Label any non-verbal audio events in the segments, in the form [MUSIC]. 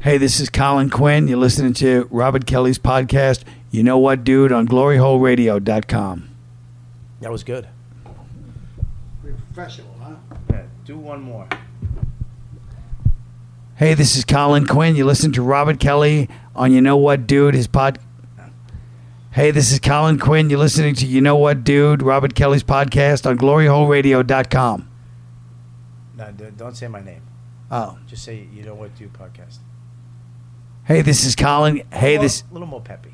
Hey, this is Colin Quinn. You're listening to Robert Kelly's podcast, You Know What Dude, on gloryholeradio.com. That was good. Professional, huh? Yeah, do one more. Hey, this is Colin Quinn. You listen to Robert Kelly on You Know What Dude, his pod. Hey, this is Colin Quinn. You're listening to You Know What Dude, Robert Kelly's podcast on gloryholeradio.com. No, d- don't say my name. Oh. Just say you know what do podcast. Hey, this is Colin. Hey, Well, this. a little more peppy.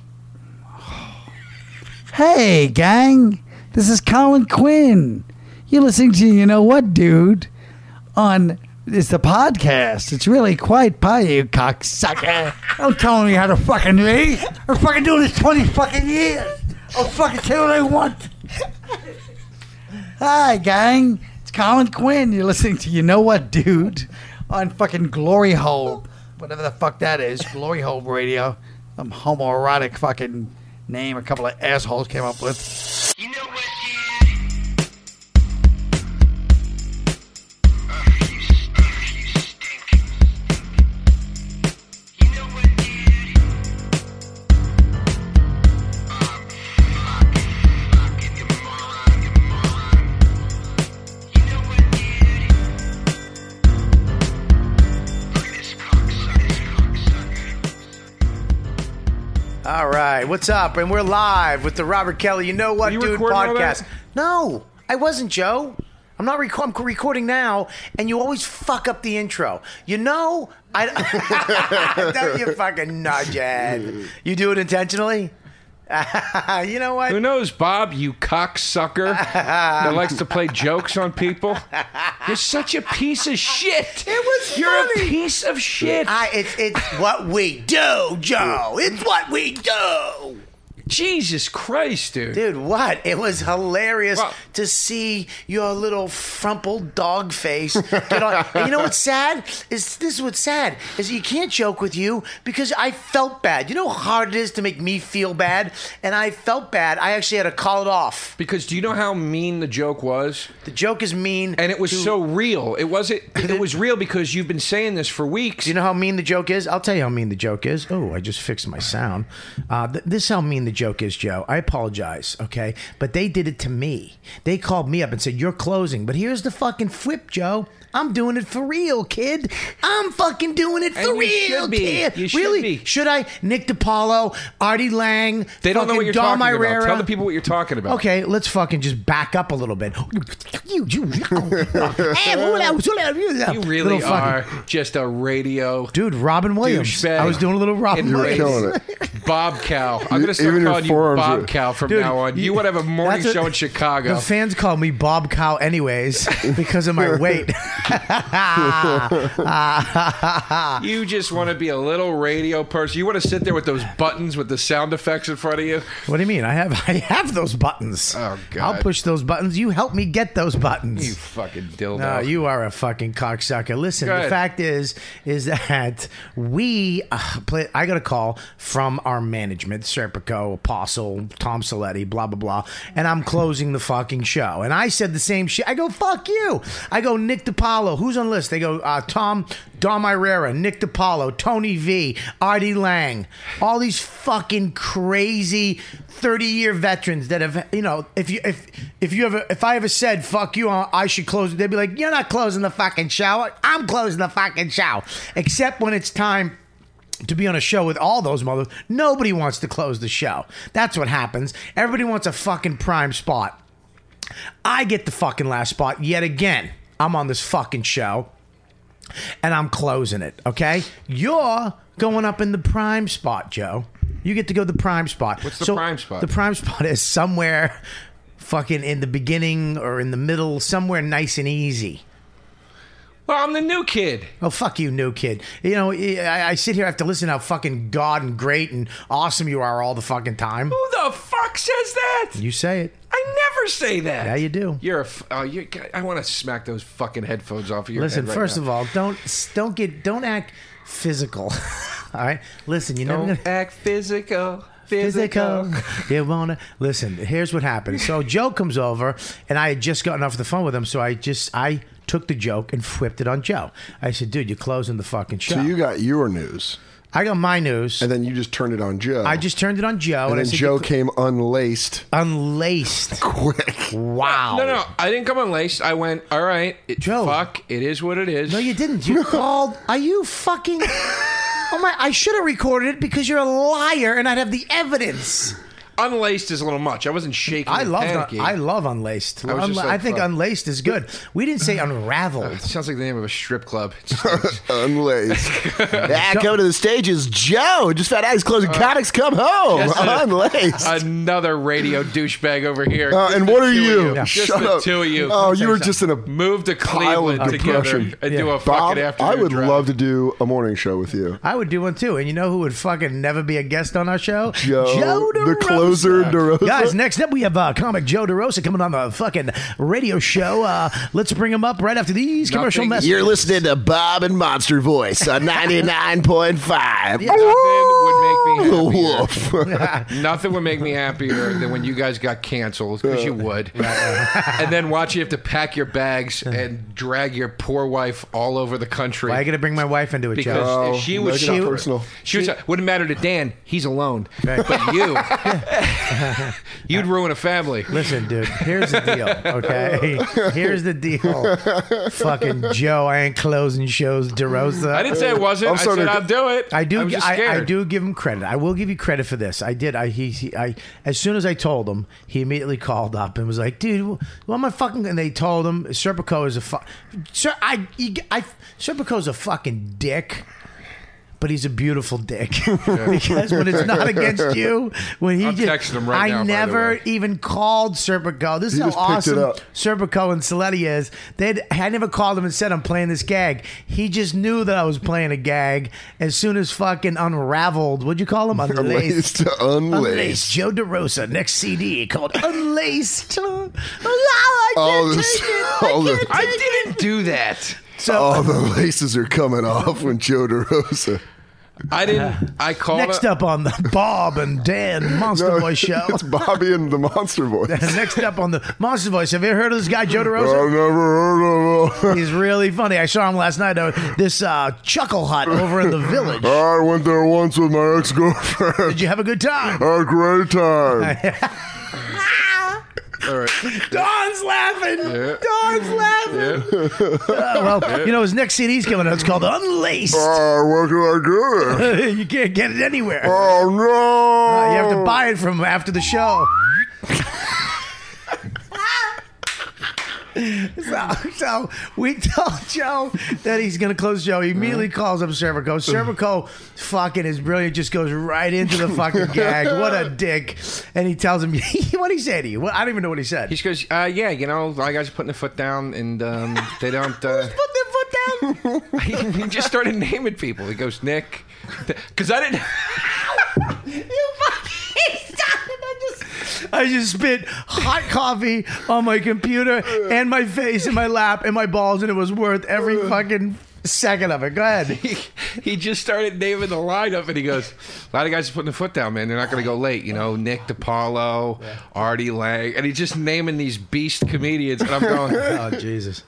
Hey, gang. This is Colin Quinn. You're listening to You Know What Dude on. It's the podcast. It's really quite pie, you cocksucker. Don't tell me how to fucking read. I'm fucking doing this 20 fucking years. I'll fucking say what I want. Hi, gang. It's Colin Quinn. You're listening to You Know What Dude on fucking Glory Hole, whatever the fuck that is, Glory Hole Radio. Some homoerotic fucking name a couple of assholes came up with. You know what, dude? Ugh, you s- ugh, you stink. You know what, dude? Um, fuck, fuck, you moron, you moron. You know what, dude? Look at this cocksucker, this cocksucker. All right, what's up? And we're live with the Robert Kelly. You know what, you dude? recording all Podcast. that? No, I wasn't, Joe. I'm not reco- I'm recording now, and you always fuck up the intro. You know, I [LAUGHS] don't you fucking nudgehead. You do it intentionally. [LAUGHS] you know what? Who knows, Bob, you cocksucker [LAUGHS] that likes to play jokes on people? You're such a piece of shit. It was You're funny. a piece of shit. I, it's it's what we do, Joe. It's what we do. Jesus Christ, dude. Dude, what? It was hilarious Wow. to see your little frumpled dog face. Get on. and you know what's sad? Is this is what's sad is you can't joke with you because I felt bad. You know how hard it is to make me feel bad, and I felt bad. I actually had to call it off. Because do you know how mean the joke was? The joke is mean, And it was to- so real. [LAUGHS] It wasn't. It was real because you've been saying this for weeks. Do you know how mean the joke is? I'll tell you how mean the joke is. Oh, I just fixed my sound. Uh, th- this is how mean the joke is, Joe. I apologize, okay? But they did it to me. They called me up and said, You're closing. But here's the fucking flip, Joe. I'm doing it for real, kid. I'm fucking doing it for And you real, should be. kid. You should really? be. Should I? Nick DiPaolo, Artie Lang, they don't know what fucking you're Dom talking Irera. about. Tell the people what you're talking about. Okay, let's fucking just back up a little bit. [LAUGHS] You, [LAUGHS] you, hey, what else? What else? You really Little fucking- are just a radio Dude, Robin Williams. douchebag. I was doing a little Robin in Williams. race. killing it. Bob Cow. E- I'm You- gonna start even your calling you forearms Bob are- Cow from Dude, now on. You, would have a morning that's show in Chicago. The fans call me Bob Cow anyways because of my weight. [LAUGHS] You just want to be a little radio person. You want to sit there with those buttons with the sound effects in front of you. what do you mean? I have I have those buttons. Oh, God. I'll push those buttons. You help me get those buttons. You fucking dildo. No, you are a fucking cocksucker. Listen, Go the ahead. fact is, is that we uh, play, I got a call from our management, Serpico, Apostle, Tom Saletti, blah blah blah, and I'm closing the fucking show. And I said the same shit. I go, fuck you. I go, Nick DiPaolo, who's on the list? They go, uh, Tom, Dom Irera, Nick DiPaolo, Tony V, Artie Lang, all these fucking crazy 30 year veterans that have you know if you if if you ever if I ever said fuck you I should close it," they'd be like you're not closing the fucking show I'm closing the fucking show except when it's time to be on a show with all those mothers nobody wants to close the show that's what happens everybody wants a fucking prime spot I get the fucking last spot yet again I'm on this fucking show and I'm closing it. Okay, you're going up in the prime spot, Joe. You get to go to the prime spot. What's the prime spot? The prime spot is somewhere, fucking in the beginning or in the middle, somewhere nice and easy. Well, I'm the new kid. Oh fuck you, new kid. You know, I, I sit here, I have to listen to how fucking god and great and awesome you are all the fucking time. Who the fuck says that? You say it. I never say that. Yeah, you do. You're a. F- oh, you're, I want to smack those fucking headphones off of your Listen, head right first now. of all, don't don't get don't act physical. [LAUGHS] all right, listen. You never don't gonna, act physical. physical. [LAUGHS] You wanna listen? Here's what happened. So Joe comes over, and I had just gotten off the phone with him, so I just I took the joke and flipped it on Joe. I said, "Dude, you're closing the fucking show." So you got your news, I got my news. and then you just turned it on Joe. I just turned it on Joe, and, and I then said, Joe "You cl- came unlaced [LAUGHS] unlaced." quick. Wow. No, no, I didn't come unlaced. I went, all right, it, Joe. fuck, it is what it is. No, you didn't. [LAUGHS] You called. Are you fucking? Oh my! I should have recorded it because you're a liar, and I'd have the evidence. Unlaced is a little much. I wasn't shaking. I and love. panicking. I love unlaced. I, was just like, I think fuck. unlaced is good. We didn't say unraveled. Sounds like the name of a strip club. [LAUGHS] unlaced. Yeah, coming to the stages, Joe. Just found out he's Uh, closing comics. Come home. Unlaced. Another radio douchebag over here. Uh, Just and the what are two of you? Just Shut the up. two of you. Oh, you were just in a Move to pile Cleveland of together depression. and do a Bob, fucking afternoon I would drive. love to do a morning show with you. I would do one too. And you know who would fucking never be a guest on our show? Joe, the DeRosa. closer DeRosa. Guys, next up we have uh, comic Joe DeRosa coming on the fucking radio show. Uh, let's bring him up right after these commercial Nothing- messages. You're listening to Bob and Monster Voice [LAUGHS] on 99.5. Nothing would make me happier. Woof. [LAUGHS] Nothing would make me happier than when you guys got canceled because you would, and then watch you have to pack your bags and drag your poor wife all over the country. I got to bring my wife into it, because Joe. if she make was it suffering- personal. She was wouldn't matter to Dan. He's alone. But you, [LAUGHS] [LAUGHS] you'd ruin a family. Listen, dude, here's the deal, okay? Here's the deal. Fucking Joe, I ain't closing shows, DeRosa. I didn't say it wasn't. i I'm sorry said to- I'll do it. I do. I'm just I, I scared. do give him credit. I will give you credit for this. I did. I he, he I as soon as I told him, he immediately called up and was like, "Dude, what am I fucking?" And they told him Serpico is a fuck. Sir, I, you g- I Serpico's a fucking dick. But he's a beautiful dick [LAUGHS] because when it's not against you, when he I'm just, texting him right I now, by the never way. even called Serpico. This is how just picked awesome it up. Serpico and Saletti is. They I never called him and said I'm playing this gag. He just knew that I was playing a gag as soon as fucking unraveled. What'd you call him? Unlaced. Unlaced. [LAUGHS] Unlaced. Unlaced. Joe DeRosa next CD [LAUGHS] called Unlaced. oh, I can't All this- take it. all I this- can't I take it. didn't do that. So All the laces are coming off when Joe DeRosa. I didn't. I called. next up on the Bob and [LAUGHS] Dan Monster Boy show. It's Bobby and the Monster Voice. next up on the Monster Voice. Have you ever heard of this guy Joe DeRosa? [LAUGHS] I've never heard of [LAUGHS] him. He's really funny. I saw him last night at this uh, Chuckle Hut over in the village. I went there once with my ex girlfriend. [LAUGHS] Did you have a good time? Had a great [LAUGHS] time. All right. Don's laughing. Yeah. Don's laughing. Uh, Yeah. well, you know his next CD's coming out. It's called Unlaced. Oh, where can I get [LAUGHS] it? you can't get it anywhere. Oh, no. Uh, you have to buy it from after the show. So, so we told Joe that he's going to close Joe. He immediately calls up Cervico. Cervico fucking is brilliant, just goes right into the fucking gag. What a dick. And he tells him, [LAUGHS] what did he say to you? What, I don't even know what he said. He just goes, uh, yeah, you know, a lot of guys are putting their foot down, and um, they don't. Uh, Put their foot down. he, [LAUGHS] he just started naming people. He goes, Nick, because I didn't. [LAUGHS] You fucking stop it. I just, I just spit hot coffee on my computer and my face and my lap and my balls, and it was worth every fucking second of it. Go ahead. He, he just started naming the lineup, and he goes, a lot of guys are putting their foot down, man. They're not going to go late, you know. Nick DiPaolo, Artie Lang, and he's just naming these beast comedians, and I'm [LAUGHS] going. Oh, Jesus.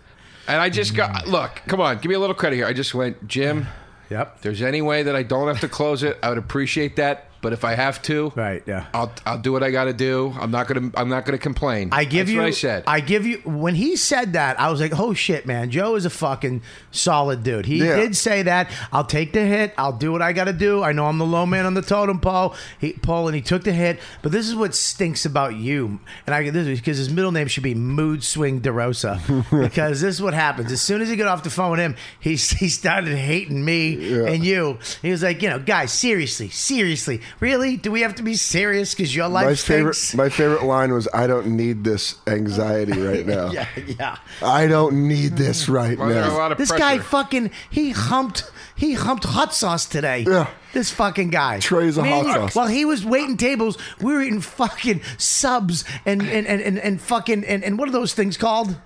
And I just got look. Come on, give me a little credit here. I just went, Jim. Yep. There's any way that I don't have to close it. I would appreciate that, but if I have to, Right, yeah. I'll I'll do what I got to do. I'm not gonna I'm not gonna complain. I give That's you. what I said. I give you. When he said that, I was like, "Oh shit, man! Joe is a fucking solid dude." He Yeah. did say that. I'll take the hit. I'll do what I got to do. I know I'm the low man on the totem pole. He Paul and he took the hit. But this is what stinks about you. And I this is because his middle name should be Mood Swing [LAUGHS] DeRosa. because this is what happens. As soon as he got off the phone with him, he [LAUGHS] he started hating me and you. He was like, you know, guys, seriously, seriously, really? Do we have to be serious? Because your life My favorite, stinks. my favorite line was, "I don't need this anxiety right [LAUGHS] now. yeah, Mm. yeah. I don't need this right Well, there are a now." lot of This pressure. guy fucking he humped he humped hot sauce today. Yeah. This fucking guy. Trey's a Me and hot you- sauce. While he was waiting tables, we were eating fucking subs and and and and, and fucking and, and what are those things called?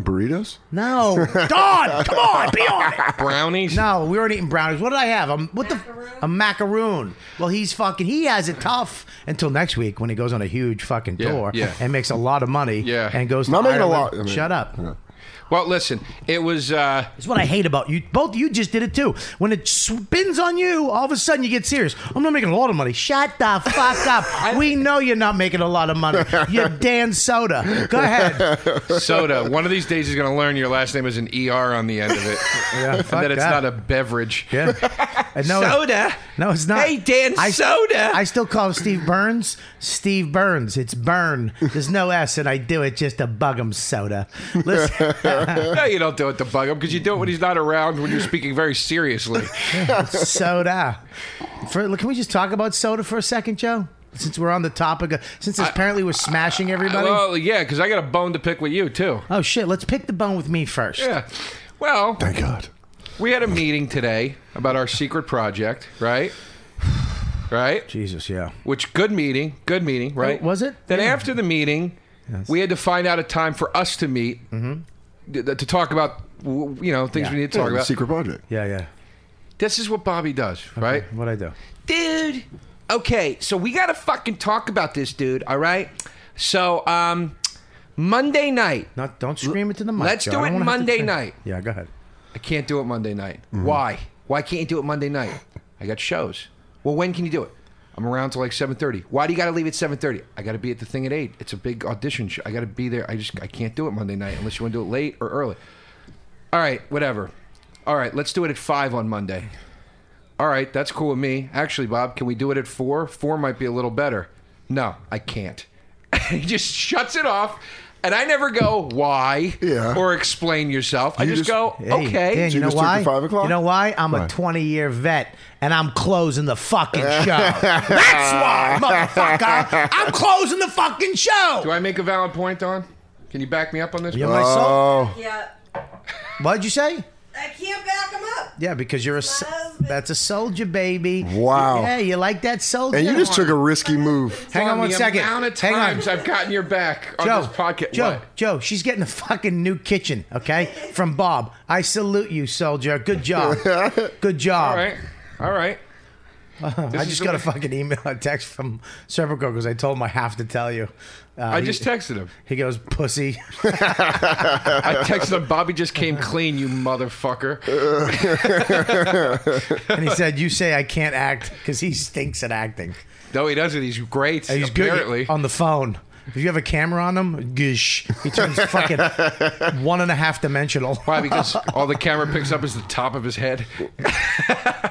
Burritos? [LAUGHS] No, Don, come on, be on it. Brownies? No, we weren't eating brownies. What did I have? Um, what the? A macaroon. Well, he's fucking. He has it tough until next week when he goes on a huge fucking Yeah, tour yeah. and makes a lot of money. Yeah. and goes. To Not making a Ireland. lot, I mean, Shut up. Well, listen, it was. Uh, It's what I hate about you. Both you just did it too. When it spins on you, all of a sudden you get serious. I'm not making a lot of money. Shut the fuck up. we know you're not making a lot of money. You're Dan Soda. Go ahead. soda. One of these days he's going to learn your last name is an ER on the end of it. [LAUGHS] Yeah, and fuck that it's that. not a beverage. Yeah. And no, Soda? No, it's not. Hey, Dan I- Soda. I still call him Steve Burns. Steve Burns. It's Burn. There's no S, and I do it just to bug him, Soda. Listen, no, you don't do it to bug him because you do it when he's not around when you're speaking very seriously. Soda. For, look, can we just talk about Soda for a second, Joe? Since we're on the topic of, since apparently we're smashing [LAUGHS] everybody. well, yeah, because I got a bone to pick with you, too. Oh shit! Let's pick the bone with me first. Yeah. Well, Thank God. we had a meeting today about our secret project, right? Right? Jesus, yeah. Which good meeting, good meeting, right? Oh, was it? Then Yeah. after the meeting, we had to find out a time for us to meet th- th- to talk about w- you know things Mm-hmm. Yeah. we need to Yeah, talk the about. secret project. Yeah, yeah. This is what Bobby does, right? What I do? dude. Okay, so we gotta fucking talk about this, dude. All right. So, um, Monday night. Not don't scream into the mic. Let's Joe. do I it don't wanna have to Monday scream. night. Yeah, go ahead. I can't do it Monday night. Mm-hmm. Why? Why can't you do it Monday night? I got shows. Well, when can you do it? I'm around till like 7:30. Why do you gotta leave at 7:30? I gotta be at the thing at eight. It's a big audition. Show. I gotta be there. I just I can't do it Monday night unless you want to do it late or early. All right, whatever. All right, let's do it at five on Monday. All right, that's cool with me. Actually, Bob, can we do it at four? Four might be a little better. No, I can't. [LAUGHS] he just shuts it off, and I never go why Yeah. or explain yourself. I You just, just- go Hey, okay. Dan, you, So you know just took the why? five o'clock? You know why? I'm a Why? 20 year vet and I'm closing the [LAUGHS] fucking show. That's why, motherfucker. I'm closing the fucking Do show. I make a valid point, Don? Can you back me up on this? You're one? my soul. Oh, Yeah. What'd you say? I can't back him up. Yeah, because you're a s- husband. that's a soldier, baby. Wow. Yeah, you like that soldier. and you just took a risky move. Hang on the one second. Amount of Hang on. times I've gotten your back on Joe, this podcast. Joe, What? Joe, she's getting a fucking new kitchen, okay? From Bob. I salute you, soldier. Good job. Good job. All right, all right. [LAUGHS] I just got a fucking email, a text from Serpico because I told him I have to tell you. Uh, I he- just texted him. He goes, pussy. I texted him. Bobby [LAUGHS] just came clean, you motherfucker. And he said, You say I can't act because he stinks at acting. No, he doesn't. He's great. And he's apparently. good Um, on the phone. If you have a camera on him, gish. He turns fucking one and a half dimensional. [LAUGHS] Why? Because all the camera picks up is the top of his head. [LAUGHS]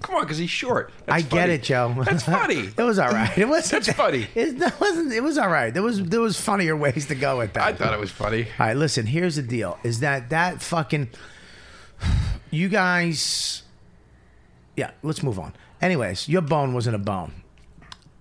Come on, because he's short. I That's get funny. it, Joe. [LAUGHS] That's funny. it was all right. It was That's funny. [LAUGHS] It, that wasn't. It was all right. There was there was funnier ways to go with that. I thought it was funny. All right, listen. Here's the deal: is that that fucking [SIGHS] you guys? Yeah, let's move on. Anyways, your bone wasn't a bone.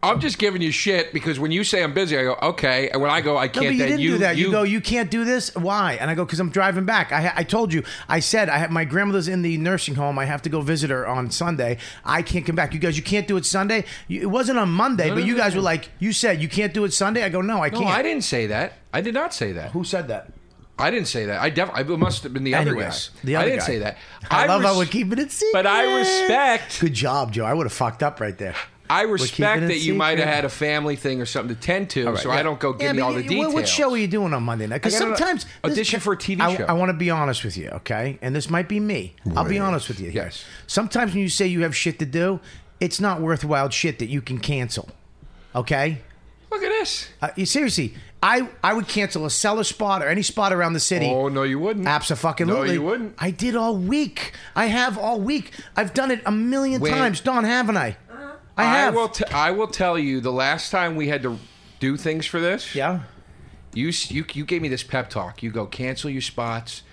I'm just giving you shit because when you say I'm busy, I go okay, and when I go I No, can't. but you then didn't do that. You, go, you can't do this. Why? And I go, because I'm driving back. I, ha- I told you. I said I have my grandmother's in the nursing home. I have to go visit her on Sunday. I can't come back. You guys, you can't do it Sunday. You, it wasn't on Monday, but no, you no, guys no. were like, you said you can't do it Sunday. I go, no, I No, can't. I didn't say that. I did not say that. Who said that? I didn't say that. I def- I must have been the other Anyways, guy. the other I didn't guy. say that. I, love res- how we're keeping it secret. But I respect. Good job, Joe. I would have fucked up right there. I keeping respect it that you might have secret. had a family thing or something to tend to, so I don't go give Yeah, me but all you- the details. What, what show are you doing on Monday night? Because I got an sometimes audition for a TV I- show. I want to be honest with you, okay? And this might be me. I'll be honest with you. here. Yes. Sometimes when you say you have shit to do, it's not worthwhile shit that you can cancel. Okay. Look at this. Uh, you- seriously, I I would cancel a seller spot or any spot around the city. Oh no, you wouldn't. Absolutely. No, you wouldn't. I did all week. I have all week. I've done it a million Wait. times, Don, haven't I? I I have. will. T- I will tell you. The last time we had to do things for this, yeah. You s- you you gave me this pep talk. You go cancel your spots.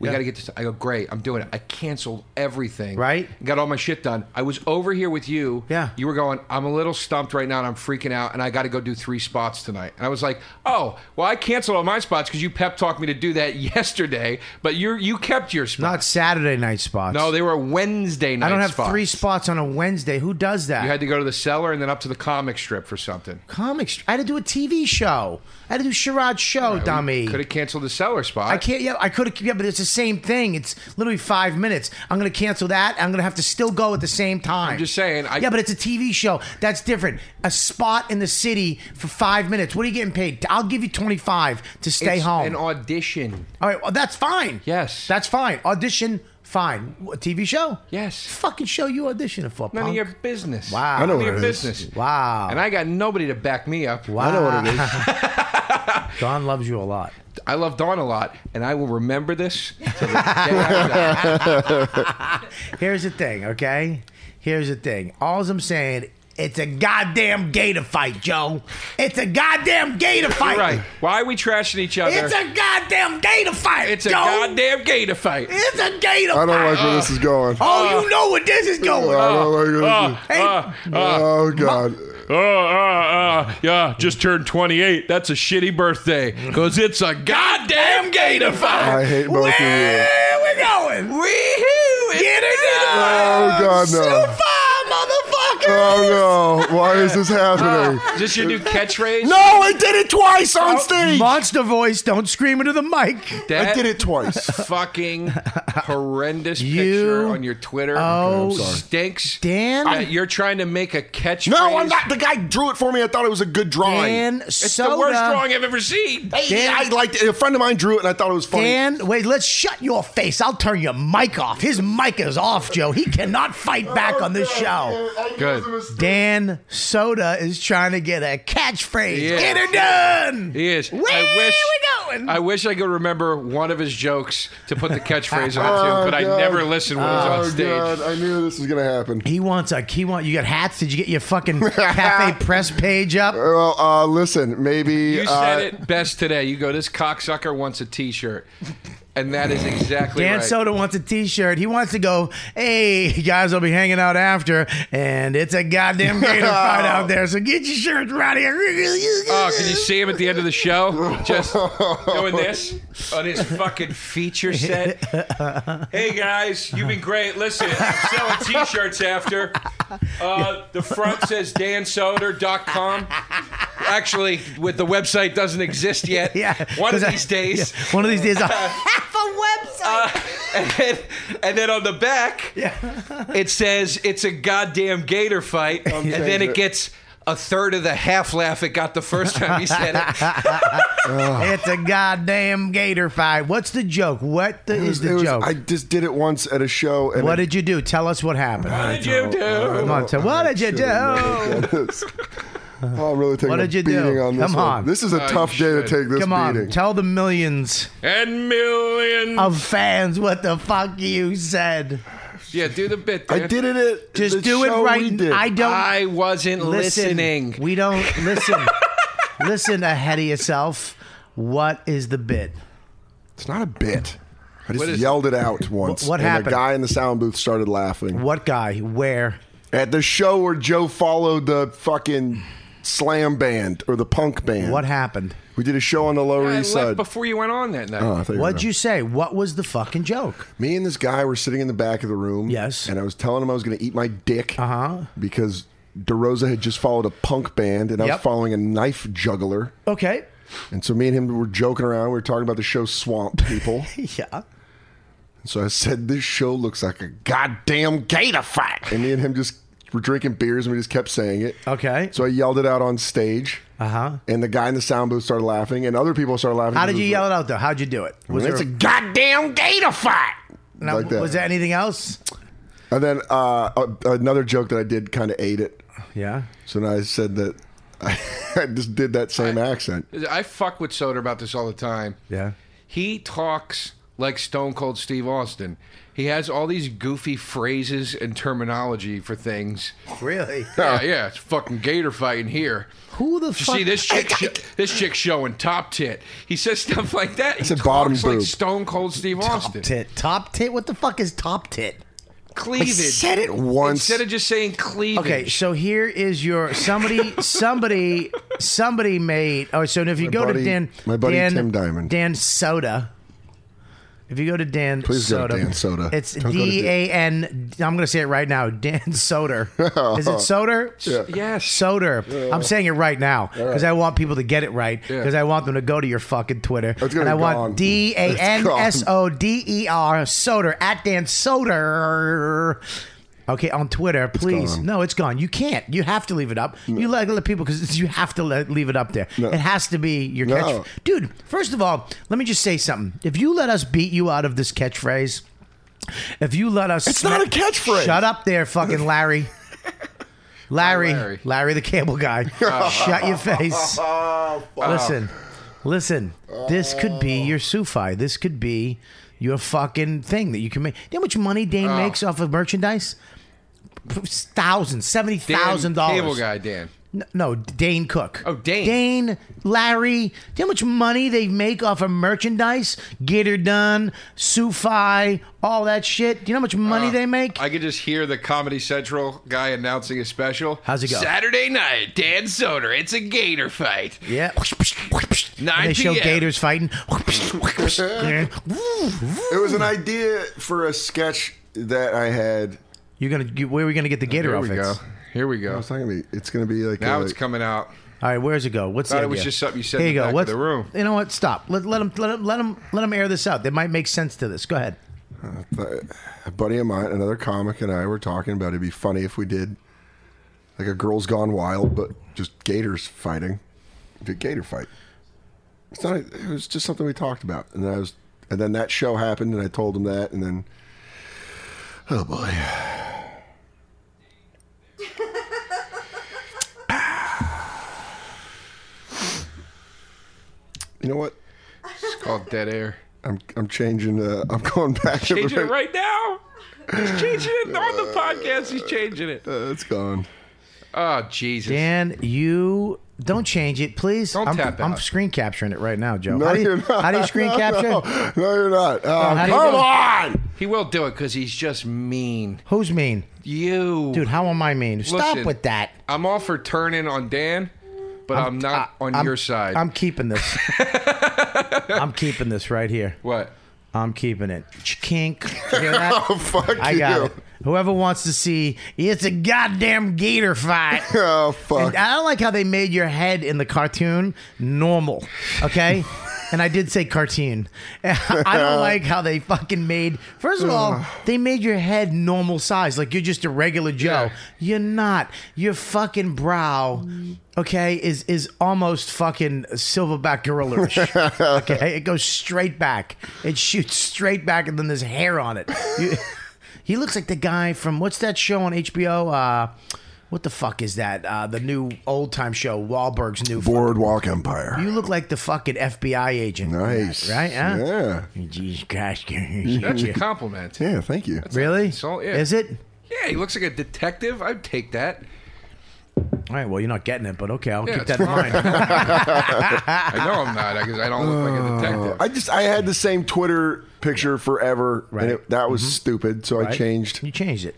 We got to get this. I go, great. I'm doing it. I canceled everything. Right. Got all my shit done. I was over here with you. Yeah. You were going. I'm a little stumped right now, and I'm freaking out, and I got to go do three spots tonight. And I was like, oh, well, I canceled all my spots because you pep talked me to do that [LAUGHS] yesterday, but you are you kept your spot. Not Saturday night spots. no, they were Wednesday night. I don't have spots. three spots on a Wednesday. Who does that? You had to go to the cellar and then up to the comic strip for something. comic. str- I had to do a TV show. I had to do Sherrod's show, dummy. Could have canceled the cellar spot. I can't. Yeah, I could have. Yeah, but it's the same thing. It's literally five minutes. I'm going to cancel that. I'm going to have to still go at the same time. I'm just saying, I- yeah, but it's a TV show. That's different. A spot in the city for five minutes. What are you getting paid? I'll give you 25 to stay It's home. An audition. All right, well, that's fine. Yes. that's fine. Audition, fine. A TV show. Yes. Fucking show you auditioning for. None punk. of your business. Wow. I None know of what your it is. business. Wow. And I got nobody to back me up. wow. I know what it is. Don loves you a lot. I love Dawn a lot, and I will remember this. till the day I die. Here's the thing, okay? Here's the thing. All I'm saying, it's a goddamn gator fight, Joe. It's a goddamn gator fight. You're right. Why are we trashing each other? It's a goddamn gator fight. It's a Joe. goddamn gator fight. It's a gator I fight. don't Uh, like where this is going. oh, you know where this is I going. don't like where this Uh, is- hey, uh, uh, Oh God! uh, uh, uh, yeah, just turned 28. That's a shitty birthday because it's a goddamn gator I fight. hate both of you. where we going? Woohoo! Get it Oh God, no! Super, motherfucker. Oh no! Why is this happening? Is this your new catchphrase? No, I did it twice Oh, on stage. Monster voice, don't scream into the mic. That I did it twice. fucking horrendous You- picture on your Twitter. Oh, Okay, I'm sorry. stinks. Dan? Uh, you're trying to make a catchphrase. No, I'm not. The guy drew it for me. I thought it was a good drawing. Dan It's Soda. the worst drawing I've ever seen. Hey, Dan- I liked it. A friend of mine drew it, and I thought it was funny. Dan, wait, let's shut your face. I'll turn your mic off. His mic is off, Joe. He cannot fight Oh, back on this show. Good. Dan Soda is trying to get a catchphrase. Yeah. Get her done. He is. Where I wish. we going? I wish I could remember one of his jokes to put the catchphrase on Oh, too, but I God. never listened when he was on Oh stage. God! I knew this was gonna happen. he wants a he want you got hats? Did you get your [LAUGHS] fucking cafe press page up? Well, uh, listen, maybe You uh, said it best today. You go, this cocksucker wants a T-shirt, and that is exactly Dan right. Soda wants a T-shirt. He wants to go. Hey guys, I'll be hanging out after, and it's a goddamn gator fight out there. So get your shirts right here. Oh, can you see him at the end of the show? Just uh, [LAUGHS] doing Oh. this on his fucking [LAUGHS] feature set. Hey guys, you've been great. Listen, I'm selling t-shirts after. Uh, the front says dansoder.com. Actually, with the website doesn't exist yet. [LAUGHS] [LAUGHS] Yeah, One of 'cause I- these days. [LAUGHS] yeah, one of these days. I'll- Half a website. Uh, [LAUGHS] and, then, and then on the back, it says it's a goddamn [LAUGHS] gator fight, and then it gets a third of the half laugh it got the first time he [LAUGHS] said it. It's a goddamn gator fight. What's the joke? What the, is it the was- joke? I just did it once at a show, and what I- did you do? Tell us what happened. What did you do? Come on, tell, what did you do? [LAUGHS] Oh, I'm really taking What a did you do? beating on this Come one. on. This is a tough day to shit. take this Come on, beating. tell the millions And millions. of fans what the fuck you said. yeah, do the bit. I Dan. did it. At Just the do it show right. We did. I don't I wasn't listen, listening. We don't listen. [LAUGHS] listen ahead of yourself. What is the bit? it's not a bit. I What just is- yelled it out once. what and happened? A guy in the sound booth started laughing What guy? Where? at the show where Joe followed the fucking slam band or the punk band. What happened? We did a show on the Lower I East left Side. before you went on that night. Oh, I thought you were What'd done. you say? What was the fucking joke? Me and this guy were sitting in the back of the room. Yes. And I was telling him I was going to eat my dick. Uh-huh. Because DeRosa had just followed a punk band, and I Yep. was following a knife juggler. [LAUGHS] Okay. And so me and him were joking around. We were talking about the show Swamp [LAUGHS] People. Yeah. so I said, This show looks like a goddamn gator fight. And me and him just were drinking beers and we just kept saying it. Okay. So I yelled it out on stage. Uh huh. And the guy in the sound booth started laughing, and other people started laughing. How did you yell it out though? How'd you do it? Was It's a there- goddamn gator fight. now, like that. was there anything else? And then uh, a- another joke that I did kind of ate it. Yeah. So now I said that [LAUGHS] I, just did that same accent. I fuck with Soder about this all the time. Yeah. He talks like Stone Cold Steve Austin. He has all these goofy phrases and terminology [LAUGHS] for things. Really? Yeah, yeah, it's fucking gator fighting here. Who the You fuck? see this [LAUGHS] chick? sho- this chick showing top tit. He says stuff like that. He said bottom talks like boob. Stone Cold Steve Top Austin. tit. Top tit. What the fuck is top tit? Cleavage. said it once. Instead of just saying cleavage. Okay, so here is your somebody, somebody, somebody made. Oh, so if you go to buddy- Dan, my buddy Dan, Tim Diamond. Dan Soda. If you go to Dan Please go Soda, to Dan Soda. It's Don't go to Dan. D A N. I'm going to say it right now. Dan Soder. Is [LAUGHS] it Soder? Yes. Soder. I'm saying it right now because I want people to get it right Yeah. because I want them to go to your fucking Twitter It's gonna and I be gone. want D A N S It's O D E R Soder at Dan Soder. Okay, on Twitter, please. gone. no, it's gone. You can't. You have to leave it up. You let, let people because you have to let, leave it up there. No. It has to be your No. catchphrase, dude. First of all, let me just say something. If you let us beat you out of this catchphrase, if you let us, It's not a catchphrase. Shut up, there, fucking Larry. Larry, Larry. Larry, the cable [LAUGHS] guy. Shut your face. Oh, Listen, listen. This could be Oh. your Sufi. This could be your fucking thing that you can make. You know how much money Dane Oh. makes off of merchandise? Thousands, seventy Dan, thousand dollars. Cable guy Dan. N- No, Dane Cook. Oh, Dane. Dane, Larry. Do you know how much money they make off of merchandise? Get her done, Sufi, all that shit. Do you know how much money they make? Uh, I could just hear the Comedy Central guy announcing his special. How's it go? Saturday night, Dan Soder. It's a gator fight. yeah. Nine they show PM. gators [LAUGHS] fighting. It was an idea for a sketch that I had. You're gonna you, where are we gonna get the gator Here outfits? we go. Here we go. It's not gonna be. It's gonna be like Now a- it's coming out. All right, where's it go? What's Thought the it was idea? just something you said Here in you go. the back of What's- the room. You know what? Stop. Let let them let them let them let them air this out. They might make sense to this. Go ahead. But a buddy of mine, another comic, and I were talking about it'd be funny if we did like a girl's gone wild, but just gators fighting. The gator fight. It's not. it was just something we talked about, and then I was, and then that show happened, and I told him that, and then, oh boy, you know what? It's called Dead Air. I'm I'm changing. Uh, I'm going back. to [LAUGHS] Changing it right now. He's changing it on the podcast. He's changing it. Uh, it's gone. Oh Jesus! Dan, you don't change it, please. Don't I'm, tap I'm out. screen capturing it right now, Joe. No, how, do you, you're not. how do you screen [LAUGHS] No, capture? No, No, you're not. Oh, how do you come do it? on. He will do it because he's just mean. Who's mean, You, dude? How am I mean? Stop Listen, with that. I'm all for turning on Dan, but I'm, not on I'm- your side. I'm keeping this. [LAUGHS] I'm keeping this right here. what? I'm keeping it. Kink. Hear that? [LAUGHS] Oh, fuck I you. got it. Whoever wants to see, it's a goddamn gator fight. [LAUGHS] Oh, fuck. And I don't like how they made your head in the cartoon normal. Okay. And I did say cartoon. [LAUGHS] I don't like how they fucking made. First of all, they made your head normal size, like you're just a regular Joe. Yeah. You're not. Your fucking brow, okay, is is almost fucking silverback gorillaish. okay, it goes straight back. It shoots straight back, and then there's hair on it. You- [LAUGHS] he looks like the guy from what's that show on HBO? Uh, what the fuck is that? Uh, the new old time show, Wahlberg's new. Boardwalk Empire. you look like the fucking FBI agent. nice. Right? Huh? Yeah. Jesus Christ. [LAUGHS] That's a compliment. Yeah, thank you. really? So, yeah. Is it? Yeah, he looks like a detective. I'd take that. All right. Well, you're not getting it, but okay, I'll Yeah, keep it's that in fine. [LAUGHS] mind. I know I'm not because I don't look Oh. like a detective. Uh, I just I had the same Twitter picture forever, Right. Mm-hmm. and it, that was stupid, so I changed, You changed it.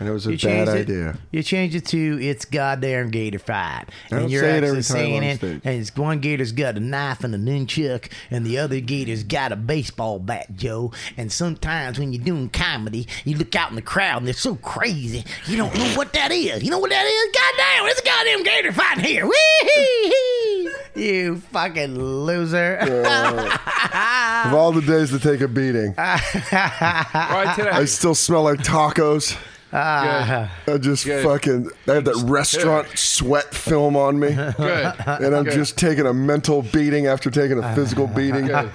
and it was a You bad changed it. idea. You changed it to "It's goddamn gator fight," don't and you're say it actually every time saying on it. stage. And it's one gator's got a knife and a nunchuck, and the other gator's got a baseball bat, Joe. And sometimes when you're doing comedy, you look out in the crowd and they're so crazy, you don't know what that is. You know what that is? Goddamn, it's a goddamn gator fighting here. Wee hee hee! You fucking loser. Ah. Of all the days to take a beating, [LAUGHS] Why Ah. today? I still smell like tacos. Good. I just Good. fucking I had that restaurant sweat film on [LAUGHS] me, and Good. I'm just taking a mental beating after taking [LAUGHS] a physical beating. Good.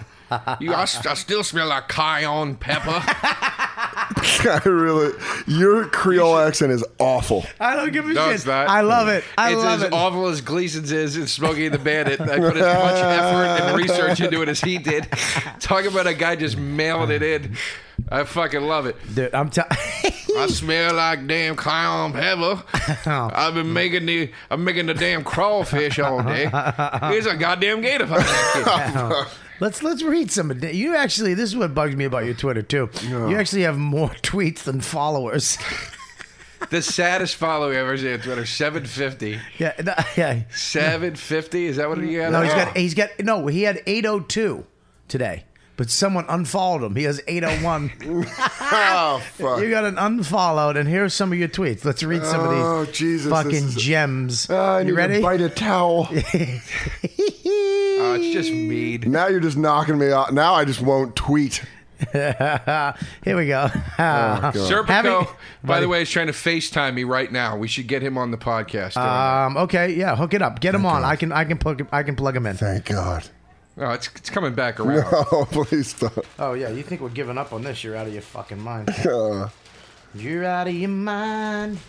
You, I, s- I still smell like cayenne pepper. [LAUGHS] I really, your Creole accent is awful. I don't give a No, shit. it's not. I love it. [LAUGHS] I it's love as it. awful as Gleason's is in Smokey the Bandit. I put as much effort and research into it as he did. Talk about a guy just mailing it in. I fucking love it. Dude, I'm telling. I smell like damn clown pepper. [LAUGHS] I've been making the I'm making the damn crawfish all day. Here's a goddamn gator fight. [LAUGHS] [LAUGHS] let's let's read some. of the- You actually, this is what bugs me about your Twitter too. You actually have more [LAUGHS] tweets than followers. [LAUGHS] the saddest follower ever seen on Twitter. Seven fifty. yeah, no, [LAUGHS] yeah. Seven fifty. Is that what Oh, you got? No, he's got he's got no. He had 802 today, but someone unfollowed him. He has [LAUGHS] 801. Oh fuck! you got an unfollowed, and here are some of your tweets. Let's read some Oh of these Jesus! this fucking is- gems. Uh, I need you ready? To bite [LAUGHS] a towel. Oh, it's just mead. now you're just knocking me out. Now I just won't tweet. Here we go. Oh, [LAUGHS] Serpico, Having- by the way, is trying to FaceTime me right now. We should get him on the podcast. um, okay, yeah, hook it up. Get him on. I can I can plug I can plug him in. Thank God. oh, it's, it's coming back around. [LAUGHS] Oh please stop. Oh yeah, you think we're giving up on this? You're out of your fucking mind. Uh, You're out of your mind.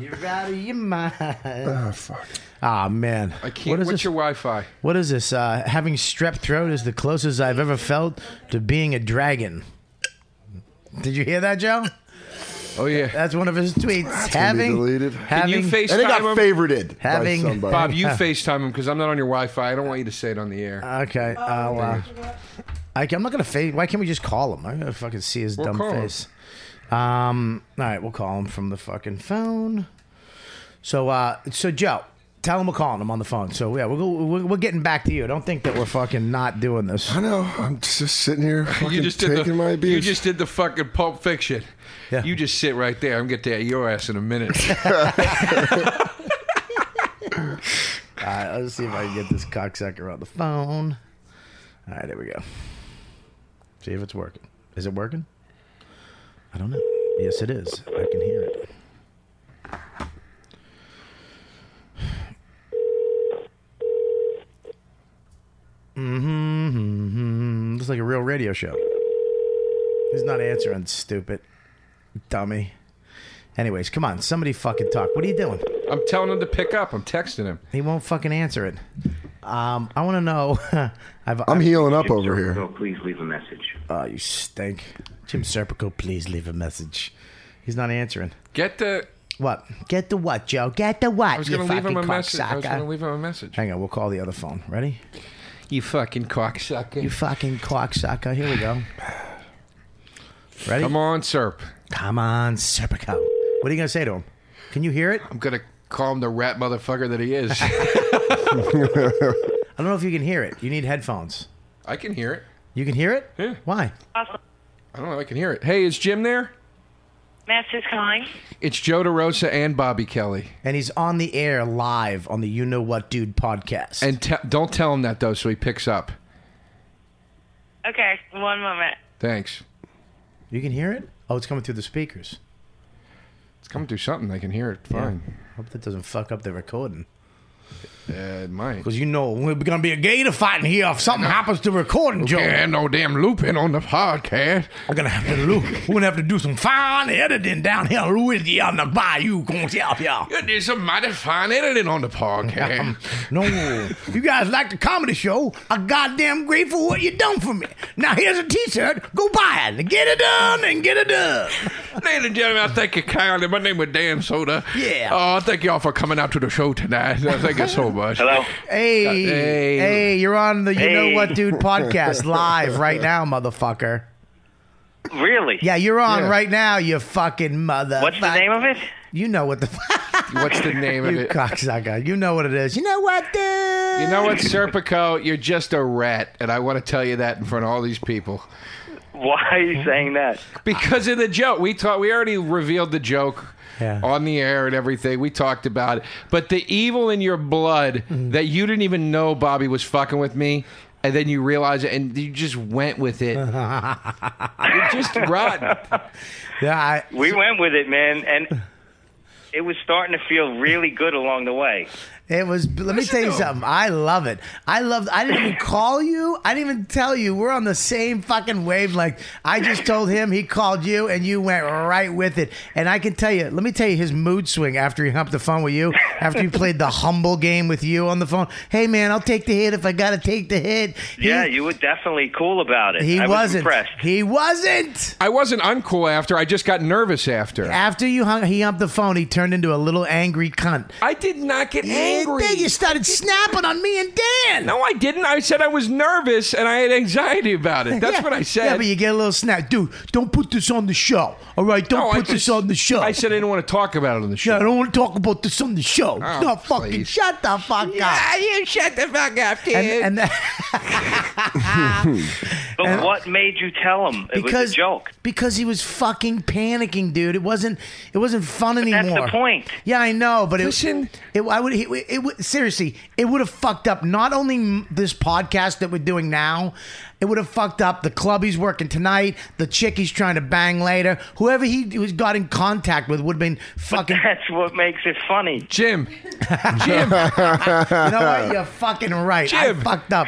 You're out of your mind. Oh fuck. Ah man, I What can't. is what's this? your Wi-Fi? What is this? Uh, having strep throat is the closest I've ever felt to being a dragon. Did you hear that, Joe? Oh yeah, That's one of his tweets. gonna be having deleted. can you having And it got FaceTime him? favorited Having- by somebody. [LAUGHS] Bob, you FaceTime him because I'm not on your Wi-Fi. I don't want you to say it on the air. okay. I'll, uh, I, am not gonna face. Why can't we just call him? I'm gonna fucking see his We'll dumb call him. face. Um. All right, we'll call him from the fucking phone. So, uh, so Joe, tell him we're calling him on the phone. So yeah, we're go- we're, we're getting back to you. Don't think that we're fucking not doing this. I know. I'm just sitting here fucking [LAUGHS] you just taking did the, my abuse. You just did the fucking Pulp Fiction. Yeah. You just sit right there. I'm gonna get to your ass in [LAUGHS] a minute. All right, let's see if I can get this cocksucker on the phone. All right, there we go. See if it's working. Is it working? I don't know. Yes, it is. I can hear it. Mm-hmm. Looks like a real radio show. He's not answering, stupid dummy. Anyways, come on, somebody fucking talk. What are you doing? I'm telling him to pick up. I'm texting him. He won't fucking answer it. Um, I want to know. [LAUGHS] I've, I'm here. healing up over here. please leave a message. Oh, you stink, Jim Serpico. Please leave a message. He's not answering. Get the. What? Get the what, Joe? Get the what? I was you gonna leave him a fucking message. I was cocksucker. gonna leave him a message. Hang on, we'll call the other phone. Ready? You fucking cocksucker. You fucking cocksucker. Here we go. Ready? Come on, Serp. Come on, Serpico. What are you gonna say to him? Can you hear it? I'm gonna call him the rat motherfucker that he is. I don't know if you can hear it. You need headphones. I can hear it. You can hear it? Yeah. Why? I don't know. I can hear it. Hey, is Jim there? Master's calling. It's Joe DeRosa and Bobby Kelly. And he's on the air live on the You Know What Dude podcast. And te- don't tell him that though, so he picks up. Okay, one moment. Thanks. You can hear it? Oh, it's coming through the speakers. It's coming through something. I can hear it. Fine. Hope that doesn't fuck up the recording. Uh, it might. Because you know, we're going to be a gator fighting here if something happens to recording, Joe. Yeah, no damn looping on the podcast. We're going to have to lo- We're going to have to do some fine editing down here in Louisiana Bayou, Concepcion. You did some mighty fine editing on the podcast. Um, No, you guys like the comedy show? I'm goddamn grateful for what you done for me. Now here's a T-shirt. Go buy it and get it done and get it done. Ladies and gentlemen, I thank you kindly. My name is Dan Soda. Yeah. Oh, I thank y'all for coming out to the show tonight. Thank you so much. Hello. Hey, hey, Hey. you're on the You Know Hey. What Dude podcast live right now, motherfucker. Really? Yeah, you're on Yeah. right now, you fucking mother. What's the name of it? You know what the [LAUGHS] What's the name of you it? cocksucker. You know what it is. You know what, dude. You know [LAUGHS] what, Serpico? You're just a rat, and I want to tell you that in front of all these people. Why are you saying that? Because of the joke, we talked. We already revealed the joke Yeah. on the air and everything. We talked about it, but the evil in your blood Mm-hmm. that you didn't even know Bobby was fucking with me, and then you realize it, and you just went [LAUGHS] with it. You're just rotten. Yeah, I, We went with it, man, and it was starting to feel really good along the way. It was. Let me you tell you doing? something. I love it. I love. I didn't even call you. I didn't even tell you. We're on the same fucking wavelength. I just told him. He called you, and you went right with it. And I can tell you. Let me tell you his mood swing after he humped the phone with you. After he played the humble game with you on the phone. Hey man, I'll take the hit if I gotta take the hit. He- Yeah, you were definitely cool about it. He I was wasn't. impressed. he wasn't. I wasn't uncool after. I just got nervous after. After you hung, he humped the phone. He turned into a little angry cunt. I did not get angry. Then you started snapping on me and Dan. No, I didn't. I said I was nervous and I had anxiety [LAUGHS] about it. That's Yeah. what I said. Yeah, but you get a little snap, dude. Don't put this on the show. All right, don't No, I put this just- on the show. I said I didn't want to talk about it on the show. Yeah, I don't want to talk about this on the show. Oh, no, fucking please. shut the fuck up. Ah, you shut the fuck up, dude. And, and But what made you tell him it was a joke? because he was fucking panicking, dude. It wasn't it wasn't fun that's anymore. the point. Yeah, I know, but Listen. it it I would it, it, would seriously it would have fucked up not only m- this podcast that we're doing now, it would have fucked up the club he's working tonight, the chick he's trying to bang later, whoever he was got in contact with would have been [LAUGHS] fucking. That's what makes it funny. Jim, Jim, you know what? You're fucking right. Jim. I fucked [LAUGHS] up.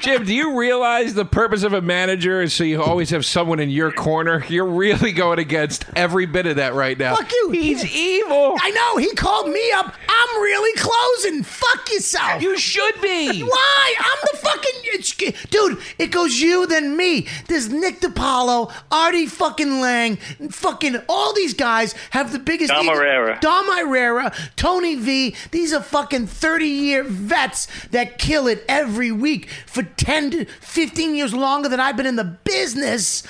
Jim, do you realize the purpose of a manager is so you always have someone in your corner? You're really going against every bit of that right now. Fuck you. He's Yeah. evil. I know he called me up. I'm really closing. Fuck yourself. You should be. Why? I'm the fucking it's, dude. It goes you then me. There's Nick DiPaolo, Artie fucking Lang, fucking all these guys have the biggest. Dom Herrera. Dom Herrera, Tony V. These are fucking 30 year vets that kill it every week for 10 to 15 years longer than I've been in the business.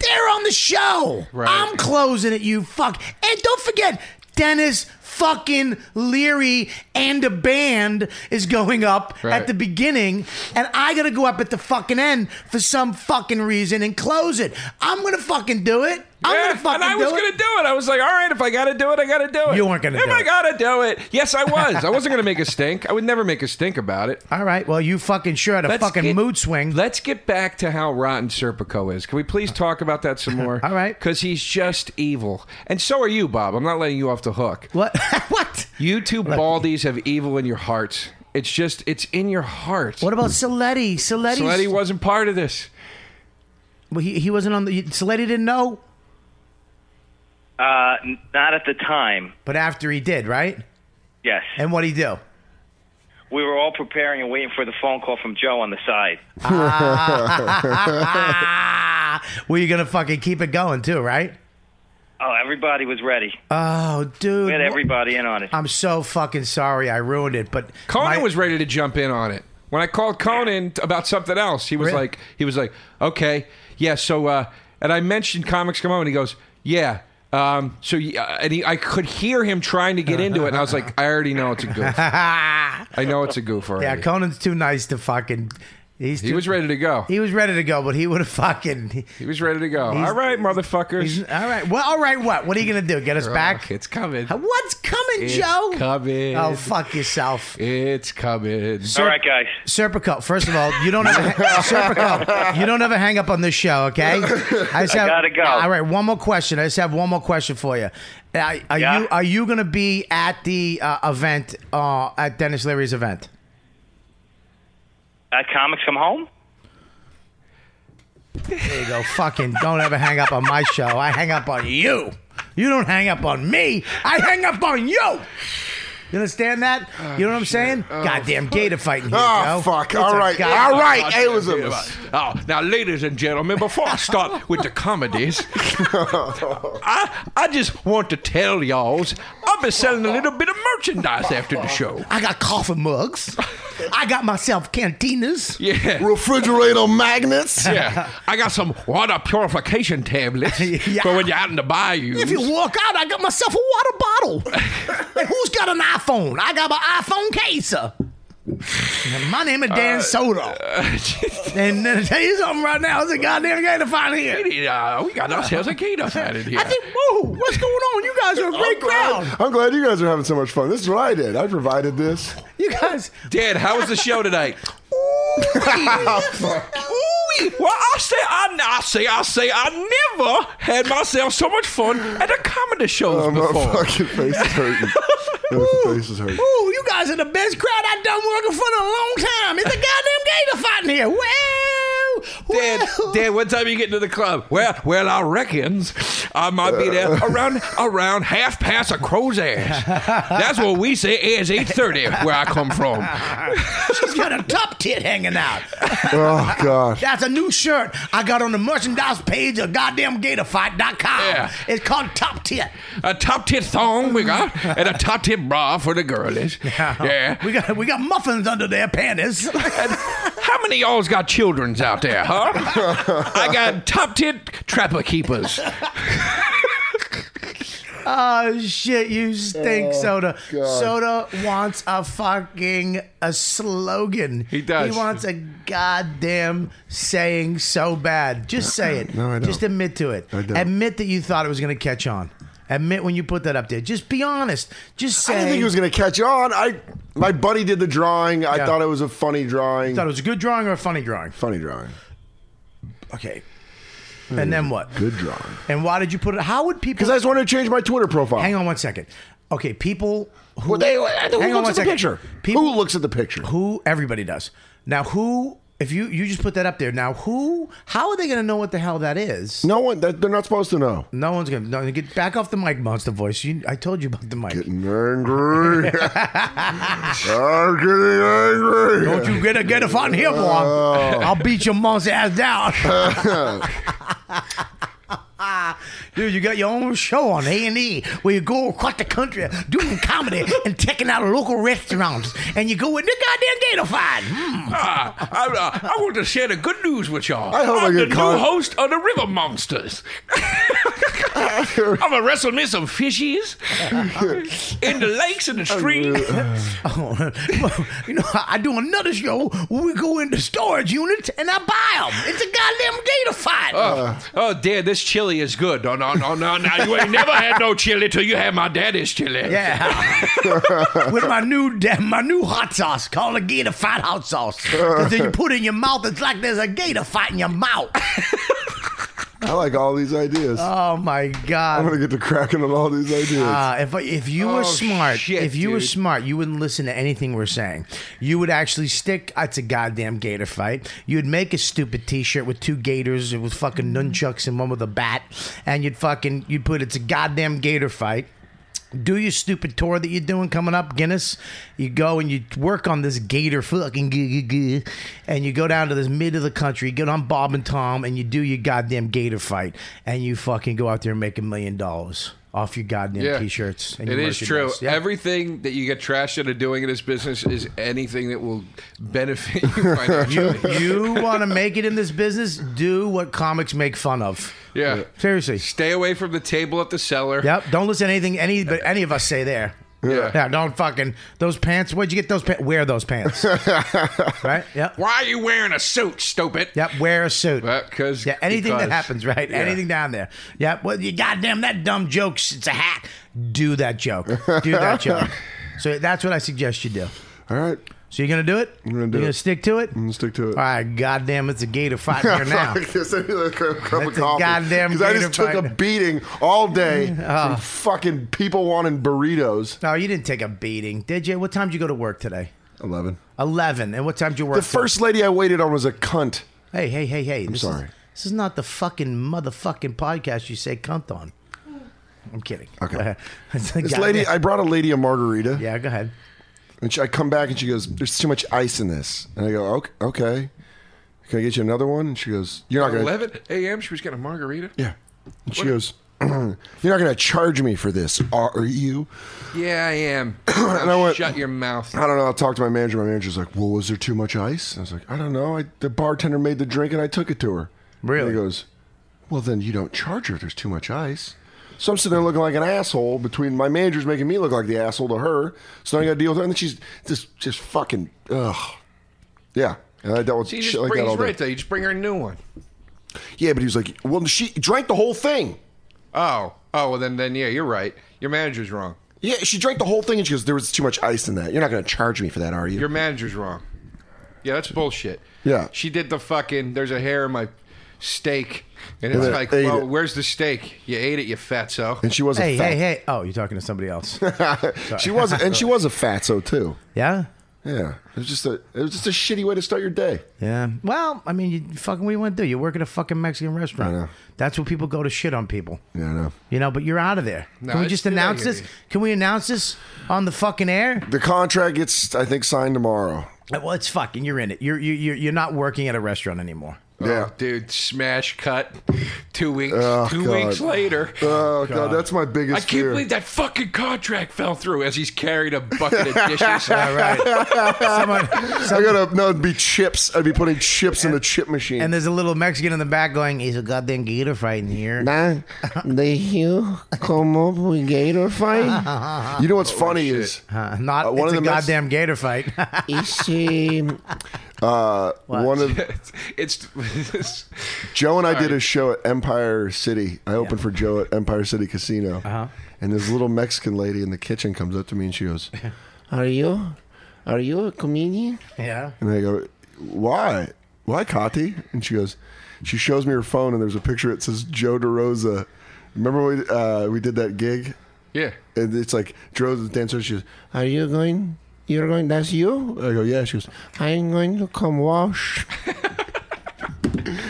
They're on the show. Right. I'm closing it, you fuck. And don't forget, Dennis fucking Leary and a band is going up Right. at the beginning, and I gotta go up at the fucking end for some fucking reason and close it. I'm gonna fucking do it. I'm Yeah, gonna fucking and I do was it. gonna do it. I was like, all right, if I gotta do it, I gotta do it. You weren't gonna If do I it. gotta do it, yes, I was. I wasn't gonna make a stink. I would never make a stink about it. All right, well, you fucking sure had a Let's fucking get- mood swing. Let's get back to how rotten Serpico is. Can we please talk about [LAUGHS] that some more? All right. Because he's just evil. And so are you, Bob. I'm not letting you off the hook. What? [LAUGHS] what? You two baldies have evil in your hearts. It's just, it's in your heart. What about Saletti? Saletti's, Saletti wasn't part of this. well, he, he wasn't on the. Saletti didn't know, Uh, n- not at the time. but after he did, right? Yes, And what'd he do? [LAUGHS] we were all preparing and waiting for the phone call from Joe on the side. Ah, well, you're gonna fucking keep it going too, right? Oh, everybody was ready. Oh, dude. We had wha- everybody in on it. I'm so fucking sorry I ruined it, but Conan my- was ready to jump in on it. When I called Conan t- about something else, he was Really? like, he was like, okay, yeah. So, uh, and I mentioned comics come on, and he goes, yeah. Um, so, y- uh, and he, I could hear him trying to get into it, and I was like, I already know it's [LAUGHS] a goof. I know it's a goof already. Yeah, Conan's too nice to fucking. He's he too- was ready to go. He was ready to go, but he would have fucking. he- He was ready to go. He's- All right, motherfuckers. he's- all right. Well, all right. What? What are you gonna do? Get us back? It's coming. What's coming, It's Joe? coming. Oh, fuck yourself. It's coming. all right, guys. Serpico, first of all, you don't ever [LAUGHS] Serpico, you don't ever hang up on this show, okay? I, just I gotta go. All right, one more question. I just have one more question for you. Are, are Yeah? you are you going to be at the uh, event uh, at Dennis Leary's event? Uh, comics come home. There you go. Fucking don't ever hang up on my show. I hang up on you. You don't hang up on me. I hang up on you. You understand that? you know what I'm saying? Goddamn gator fighting here, Oh, Joe. fuck. It's All a right. goddamn- All right. It was a Oh, now, ladies and gentlemen, before [LAUGHS] I start with the comedies, I I just want to tell y'all's I've been selling a little bit of merchandise after the show. I got coffee mugs. I got myself cantinas. Yeah. refrigerator magnets. Yeah, I got some water purification tablets [LAUGHS] Yeah. for when you're out in the bayou. If you walk out, I got myself a water bottle. and who's got an iPhone? I got my iPhone case. And My name is Dan Uh, Soto. [LAUGHS] And uh, [LAUGHS] tell you something right now, it's a goddamn game to find here. Uh, we got ourselves a gator fan in [LAUGHS] here. I think, whoa, what's going on? You guys are Oh, a great crowd. I'm glad you guys are having so much fun. This is what I did. I provided this. You guys, Dad, how was the show tonight? Ooh-wee. well, I say, I, I say, I say, I never had myself so much fun at a comedy shows Oh, [LAUGHS] my before. [LAUGHS] fucking face is hurting. My face is hurting. ooh, you guys guys are the best crowd I've done working for in a long time. It's a goddamn gator fighting here. Wow. Dad, Dad, what time you get into the club? Well, well, I reckons I might be there Uh. around around half past a crow's ass. That's what we say is eight thirty where I come from. [LAUGHS] She's got a top tit hanging out. Oh [LAUGHS] God. That's a new shirt I got on the merchandise page of goddamngatorfight.com. Yeah. It's called Top Tit. A top tit thong we got and a top tit bra for the girlies. Yeah. We got we got muffins under their panties. [LAUGHS] And how many of y'all's got children's out [LAUGHS] there, huh? I got top tit trapper keepers. oh shit, you stink, Oh, Soda. God. Soda wants a fucking a slogan. He does. He wants a goddamn saying so bad. Just say it. No, I don't. Just admit to it. I don't. Admit that you thought it was gonna catch on. Admit when you put that up there. Just be honest. Just say I didn't think it was gonna catch on. I my buddy did the drawing. I Yeah. thought it was a funny drawing. thought it was a good drawing or a funny drawing. funny drawing. Okay. And then what? Hmm. Good drawing. And why did you put it? How would people? Because I just wanted to change my Twitter profile. Hang on one second. Okay, people who Well, they, who Hang on one looks at the second. picture? People who looks at the picture? who everybody does. Now who if you you just put that up there. Now who how are they going to know what the hell that is? No one. That, they're not supposed to know. No one's going to no, get back off the mic monster voice. You, I told you about the mic. Getting [LAUGHS] angry. I'm getting angry. Don't you get a get a fun here, boy. I'll beat your monster ass down. Dude, you got your own show on A and E where you go across the country doing comedy and checking out local restaurants, and you go in the goddamn gator fight. Mm. Ah, I, uh, [LAUGHS] I want to share the good news with y'all. I hope I am get the caught. new host of the River [LAUGHS] Monsters. I'm gonna wrestle me some [LAUGHS] fishies in the lakes and the streams. [LAUGHS] Oh, [LAUGHS] you know, I do another show where we go into storage units and I buy them. It's a goddamn gator fight. oh, Dad, this chili is good. No, no, no, no, no. You ain't never had no chili till you had my daddy's chili. Yeah. With my new da- my new hot sauce called a gator fight hot sauce. 'Cause then you put it in your mouth, it's like there's a gator fight in your mouth. I like all these ideas. Oh my I'm god. gonna get to cracking on all these ideas. Uh, if, if you were Oh, smart, shit, if you were dude. smart, you wouldn't listen to anything we're saying. You would actually stick. It's a goddamn gator fight. You'd make a stupid T-shirt with two gators with fucking nunchucks and one with a bat, and you'd fucking you'd put it's a goddamn gator fight. do your stupid tour that you're doing coming up, Guinness. You go and you work on this gator fucking g- g- g- and you go down to this mid of the country, get on Bob and Tom, and you do your goddamn gator fight, and you fucking go out there and make a million dollars off your goddamn t-shirts. And it your is true. merchandise. Yeah. Everything that you get trashed into doing in this business is anything that will benefit you [LAUGHS] financially. [LAUGHS] you want to make it in this business? Do what comics make fun of. yeah. Seriously. Stay away from the table at the cellar. Yep. Don't listen to anything any but any of us say there. Yeah. Yeah. Don't fucking those pants. Where'd you get those pants? Wear those [LAUGHS] pants. right. Yep. Why are you wearing a suit, stupid? Yep, wear a suit. Well, 'cause- yeah, anything that because- happens, right? yeah. Anything down there. Yeah, well, you goddamn that dumb joke's it's a hack. Do that joke. Do that joke. [LAUGHS] So that's what I suggest you do. all right, So you're gonna do it. I'm gonna do You're it. gonna stick to it. I'm gonna stick to it. All right, goddamn, it's a gator fight [LAUGHS] here now. Fuck this. I need a cup of coffee. That's a goddamn 'Cause I just gator took a fight. beating [LAUGHS] all day Ah. from fucking people wanting burritos. No, you didn't take a beating, did you? What time did you go to work today? Eleven. Eleven. And what time did you work? The till? first lady I waited on was a cunt. Hey, hey, hey, hey. I'm this sorry. Is, this is not the fucking motherfucking podcast you say cunt on. I'm kidding. Okay. [LAUGHS] It's a This goddamn- lady, I brought a lady a margarita, yeah, go ahead. and she, I come back and she goes, "There's too much ice in this," and I go, "Okay, okay. can I get you another one?" And she goes, "You're not gonna." 11 a.m. She was getting a margarita. Yeah, and she goes, [CLEARS THROAT] "You're not gonna charge me for this, are you?" Yeah, I am. [CLEARS THROAT] And I went, Shut your mouth. I don't know. I'll talk to my manager. My manager's like, "Well, was there too much ice?" And I was like, "I don't know. I, the bartender made the drink, and I took it to her." Really? And he goes, "Well, then you don't charge her if there's too much ice." So I'm sitting there looking like an asshole. Between my manager's making me look like the asshole to her, so now I got to deal with her, and then she's just just fucking ugh. Yeah, and I dealt with See, you just shit like bring that all he's day. right though. You just bring her a new one. Yeah, but he was like, "Well, she drank the whole thing." Oh, oh, well then, then yeah, you're right. Your manager's wrong. Yeah, she drank the whole thing, and she goes, "There was too much ice in that. You're not going to charge me for that, are you?" Your manager's wrong. Yeah, that's bullshit. Yeah. she did the fucking. There's a hair in my. steak. And And it's then like, ate well, it. where's the steak? You ate it, you fatso. And she was a hey, fat- hey, hey. Oh, you're talking to somebody else. [LAUGHS] [LAUGHS] she was, and she was a fatso too. Yeah, yeah. It was just a, it was just a shitty way to start your day. Yeah. Well, I mean, you fucking what do you want to do? You work at a fucking Mexican restaurant. That's where people go to shit on people. Yeah, I know. You know, but you're out of there. No, Can we it's just still announce here. this? Can we announce this on the fucking air? The contract gets, I think, signed tomorrow. Uh, Well, it's fucking. You're in it. You're you you're, you're not working at a restaurant anymore. Yeah, dude, smash cut. Two weeks, Oh, two God. weeks later. Oh god, that's my biggest. I can't fear. believe that fucking contract fell through as he's carried a bucket of dishes. All right. [LAUGHS] Someone, I gotta no, it'd be chips. I'd be putting chips in the chip machine. And there's a little Mexican in the back going, "He's a goddamn gator fight in here." Nah, they here come up with gator [LAUGHS] fight. you know what's funny is uh, not one it's of a the Mex- goddamn gator fight. [LAUGHS] [LAUGHS] uh, one of it's, it's Joe and I did a show at Empire City. I opened for Joe at Empire City Casino, and this little Mexican lady in the kitchen comes up to me and she goes, Are you? Are you a comedian? Yeah. And I go, why? Why, Kati? And she goes, she shows me her phone, and there's a picture. It says Joe DeRosa. Remember we uh, we did that gig? Yeah. And it's like DeRosa's dancer. She goes, Are you going? You're going. That's you. I go, yeah. She goes, I'm going to come wash. [LAUGHS]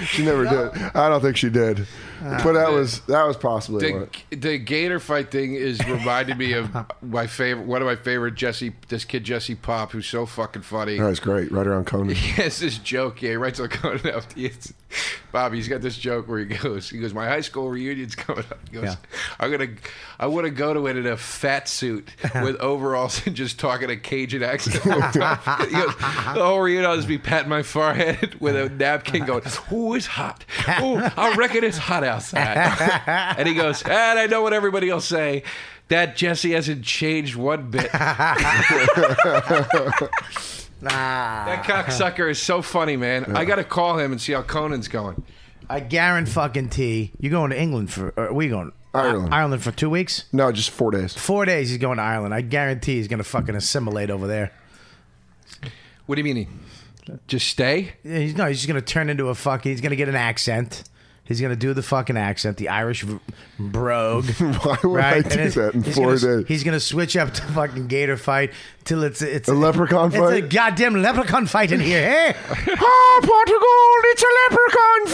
she never did. I don't think she did. Ah, but that was that was possibly the, one. the gator fight thing is reminded me of my favorite one of my favorite Jesse this kid Jesse Pop who's so fucking funny. That was great. Right [LAUGHS] around Conan. [LAUGHS] He has this joke. Yeah, he writes on Conan [LAUGHS] after it's Bobby. He's got this joke where he goes, he goes, my high school reunion's coming up. He goes, Yeah. I'm gonna, I want to go to it in a fat suit with overalls and just talking a Cajun accent. over top. he goes, the whole reunion I'll just be patting my forehead with a napkin, going, "Ooh, it's hot. Ooh, I reckon it's hot outside." [LAUGHS] and he goes, and I know what everybody will say. That Jesse hasn't changed one bit. That cocksucker is so funny, man. I got to call him and see how Conan's going. I guarantee fucking T. You're going to England for? Or we going Ireland. Ireland for two weeks? No, just four days. [LAUGHS] Four days. He's going to Ireland. I guarantee he's going to fucking assimilate over there. What do you mean? He just stay? Yeah, he's, no, he's just going to turn into a fucking. He's going to get an accent. He's going to do the fucking accent, the Irish v- brogue. [LAUGHS] Why would I do it's- that in he's four gonna, days? He's going to switch up to fucking gator fight till it's it's A leprechaun It's a fight? goddamn leprechaun fight in here. [LAUGHS] Hey, oh, Portugal! It's a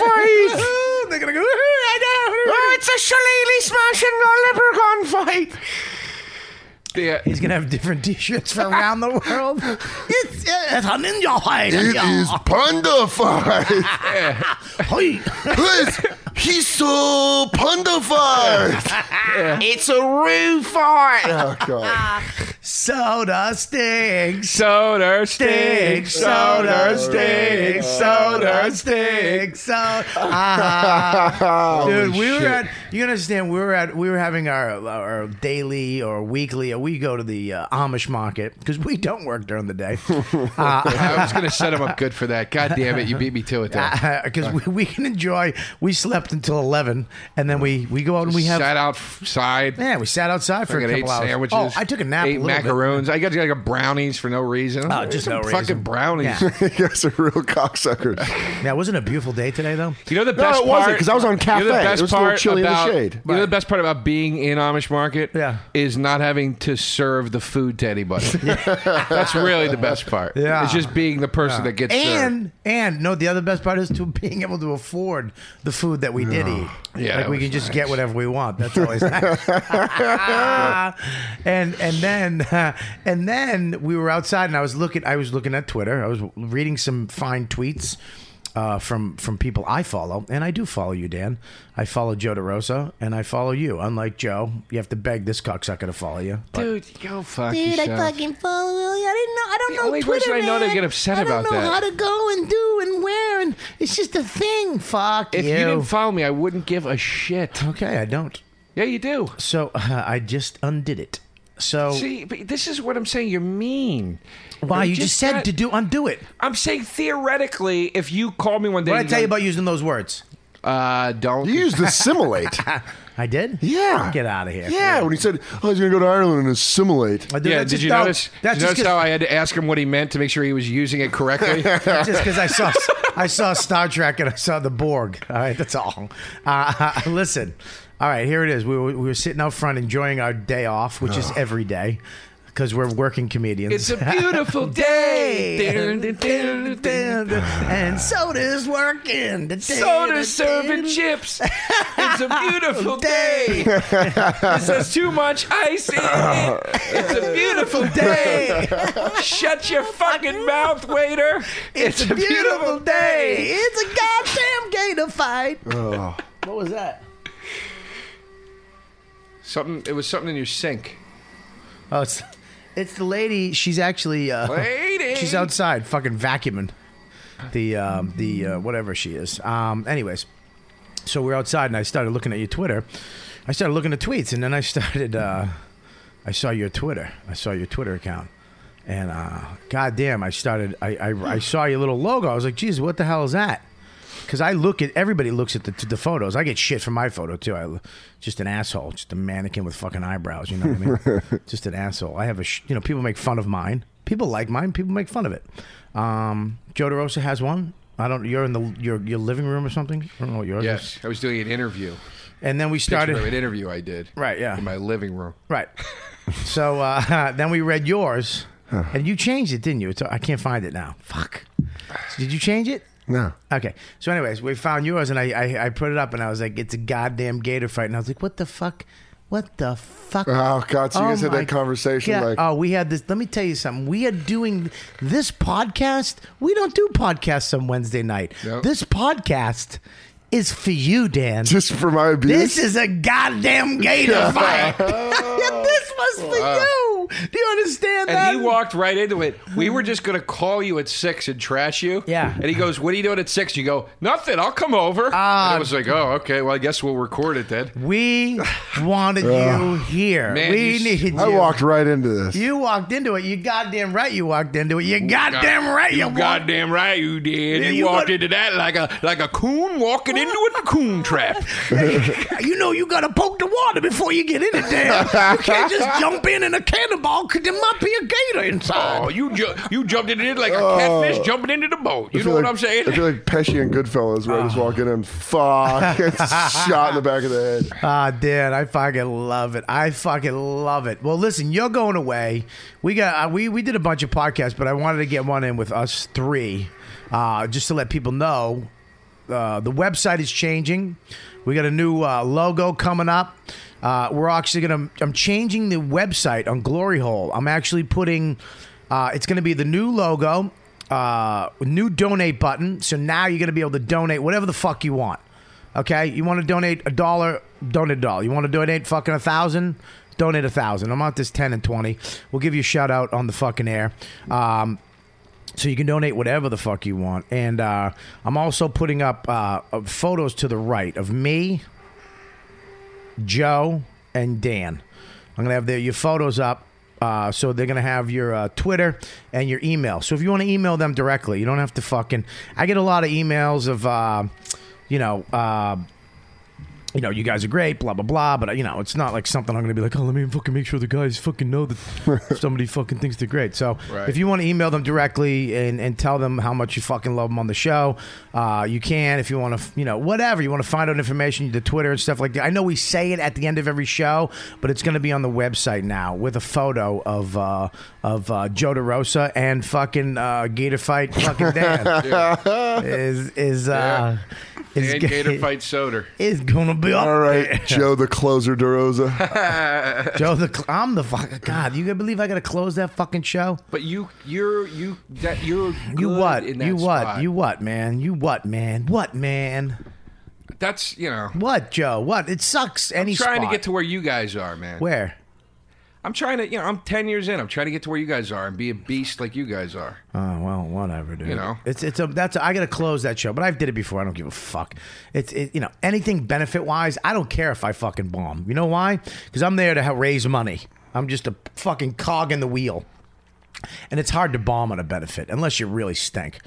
leprechaun fight. [LAUGHS] They're gonna go. "Ooh, I know. Oh, it's a shillelagh smashing a leprechaun fight. Yeah. He's going to have different [LAUGHS] t-shirts from around the [LAUGHS] world. It's, it's a ninja fight. It is [LAUGHS] panda fight. he's so panda [LAUGHS] fight. It's a roo fight. Oh god. Soda stinks. Soda Oh. stinks. Soda stinks. Soda stinks. Soda. Ah. Holy [LAUGHS] Dude, we were shit. at. You understand? We were at. We were having our our daily or weekly. We go to the uh, Amish market because we don't work during the day. Uh, [LAUGHS] Ah. I was going to set him up good for that. God damn it. You beat me to it, though. Because we, we can enjoy. We slept until eleven, and then we we go out and we have sat outside. Yeah, we sat outside for a Fucking ate couple hours. sandwiches. Oh, I took a nap. Ate a little bit. macaroons. I got like a brownies for no reason. Oh, just Some no fucking reason. brownies. Yeah. [LAUGHS] you guys are real cocksuckers. Yeah, wasn't it a beautiful day today though? You know [LAUGHS] the No, best it wasn't, part 'cause I was on you know cafe. the best It was a little part chilly in the about, shade. You know the best part about being in Amish market Yeah. is not having to serve the food [LAUGHS] to anybody. That's really the best part. Yeah. It's just being the person that gets served. and and no, the other best part is to being able to afford the food that we did eat. like Yeah, that we can was just nice. get whatever we want. That's always nice. [LAUGHS] and and then [LAUGHS] uh, and then we were outside, and I was looking. I was looking at Twitter. I was reading some fine tweets. Uh, from from people I follow, and I do follow you, Dan. I follow Joe DeRosa, and I follow you. Unlike Joe, you have to beg this cocksucker to follow you. Dude, go fuck Dude, I yourself. fucking follow Willie. I didn't know. I don't The know only Twitter, person I know that man. get upset I don't about know that. how to go and do and where, and it's just a thing. Fuck If you. you. didn't follow me, I wouldn't give a shit. Okay, I don't. Yeah, you do. So [LAUGHS] uh, I just undid it. So See, but this is what I'm saying. You're mean. Why? You just said got- to do undo it. I'm saying theoretically, if you call me one day, What I and tell you go- about using those words? Uh, don't [LAUGHS] You used assimilate. I did. Yeah. Get out of here. Yeah, when he said, "Oh, he's gonna go to Ireland and assimilate." yeah, did you notice? that's just did you notice 'cause- how I had to ask him what he meant to make sure he was using it [LAUGHS] correctly? That's just because [LAUGHS] I saw I saw Star Trek and I saw the Borg. All right, that's all. Uh, listen, all right, here it is. We were, we were sitting out front enjoying our day off, which is every day because we're working comedians. It's [LAUGHS] a beautiful day. Dun, dun, dun, dun, dun. and soda's working. Soda's serving chips. It's a [LAUGHS] beautiful day. This has too much ice in it. It's a [LAUGHS] beautiful day. Shut your fucking mouth, waiter. It's, a beautiful day. It's a goddamn gator fight. Oh. What was that? something. It was something in your sink. Oh, it's, it's the lady. She's actually uh, Lady. She's outside, fucking vacuuming the um, the uh, whatever she is. Um, anyways, so we're outside, and I started looking at your Twitter. I started looking at tweets, and then I started. Uh, I saw your Twitter. I saw your Twitter account, and uh, goddamn, I started. I, I I saw your little logo. I was like, Jesus, what the hell is that? Because I look at everybody looks at the, the photos. I get shit for my photo too. I just an asshole, just a mannequin with fucking eyebrows. You know what I mean? just an asshole. I have a sh- you know people make fun of mine. People like mine. People make fun of it. Um, Joe DeRosa has one. I don't. You're in the your your living room or something. I don't know what yours is. Yes, I was doing an interview. And then we Picture started- of an interview I did. Right, yeah. In my living room. Right. [LAUGHS] so uh, [LAUGHS] then we read yours, and you changed it, didn't you? It's, I can't find it now. Fuck. Did you change it? No. Okay. So, anyways, we found yours, and I, I I put it up, and I was like, "It's a goddamn gator fight," and I was like, "What the fuck? What the fuck?" Oh, God, so you guys had my that conversation, God. like- oh, we had this. Let me tell you something. We are doing this podcast. We don't do podcasts on Wednesday night. Nope. This podcast. Is for you, Dan. Just for my abuse? [LAUGHS] This is [LAUGHS] a goddamn gator fight. this was for Oh, Wow. you. Do you understand that? And he walked right into it. Hmm. We were just going to call you at six and trash you. Yeah. And he goes, "What are you doing at six? You go, "Nothing. I'll come over." Ah. and I was like, "Oh, okay. Well, I guess we'll record it then." We wanted you Ugh. here. Man, we you- needed you. I walked right into this. You walked into it. You goddamn right. You walked into it. You goddamn right. You, You walked. goddamn right you did. Yeah, you, you walked got- into that like a like a coon walking into a coon trap. you know you gotta poke the water before you get in it. Damn, you can't [LAUGHS] just jump in in a cannonball because there might be a gator inside. Oh, you ju- you jumped into it like a Oh. catfish jumping into the boat. I You feel know what like- I'm saying? I feel like Pesci and Goodfellas, where I Ah. just walk in [LAUGHS] and fuck, get shot in the back of the [LAUGHS] head. Ah, Dan, I fucking love it. I fucking love it. Well, listen, you're going away. We got uh, we we did a bunch of podcasts, but I wanted to get one in with us three, uh, just to let people know. Uh, the website is changing. We got a new uh, logo coming up. Uh, we're actually gonna. I'm changing the website on Glory Hole. I'm actually putting. Uh, it's gonna be the new logo, uh, new donate button. So now you're gonna be able to donate whatever the fuck you want. Okay, you want to donate a dollar, donate a dollar. You want to donate fucking a thousand, donate a thousand. I'm out this ten and twenty. We'll give you a shout out on the fucking air. Um, so you can donate whatever the fuck you want, and uh, I'm also putting up uh, uh, photos to the right of me, Joe, and Dan. I'm gonna have their your photos up. Uh, so they're gonna have your uh, Twitter and your email. So if you want to email them directly, you don't have to fucking. I get a lot of emails of, uh, you know. Uh, you know, you guys are great, blah blah blah. But you know, it's not like something I'm going to be like, oh, let me fucking make sure the guys fucking know [LAUGHS] that somebody fucking thinks they're great. So Right. if you want to email them directly and, and tell them how much you fucking love them on the show, uh, you can. If you want to, you know, whatever you want to find out information, the Twitter and stuff like that. I know we say it at the end of every show, but it's going to be on the website now with a photo of uh, of uh, Joe DeRosa and fucking uh, Gator Fight fucking Dan [LAUGHS] Yeah. is is uh, is and ga- [LAUGHS] Gator fight Soder. is gonna be up All there. right, Joe the closer, [LAUGHS] DeRosa. Joe, the cl- I'm the fuck. God, you gonna believe I gotta close that fucking show? But you you're you that you're You good what? in that You what? spot. You what, man? You what, man? What, man? That's you know What, Joe? What? It sucks. Any trying spot. to get to where you guys are, man. where? I'm trying to you know I'm ten years in. I'm trying to get to where you guys are and be a beast like you guys are. Oh well, whatever, dude. You know. it's it's a that's a, I gotta close that show, but I've did it before. I don't give a fuck. It's it, you know anything benefit wise, I don't care if I fucking bomb. You know why? Because I'm there to ha- raise money. I'm just a fucking cog in the wheel, and it's hard to bomb on a benefit unless you really stink.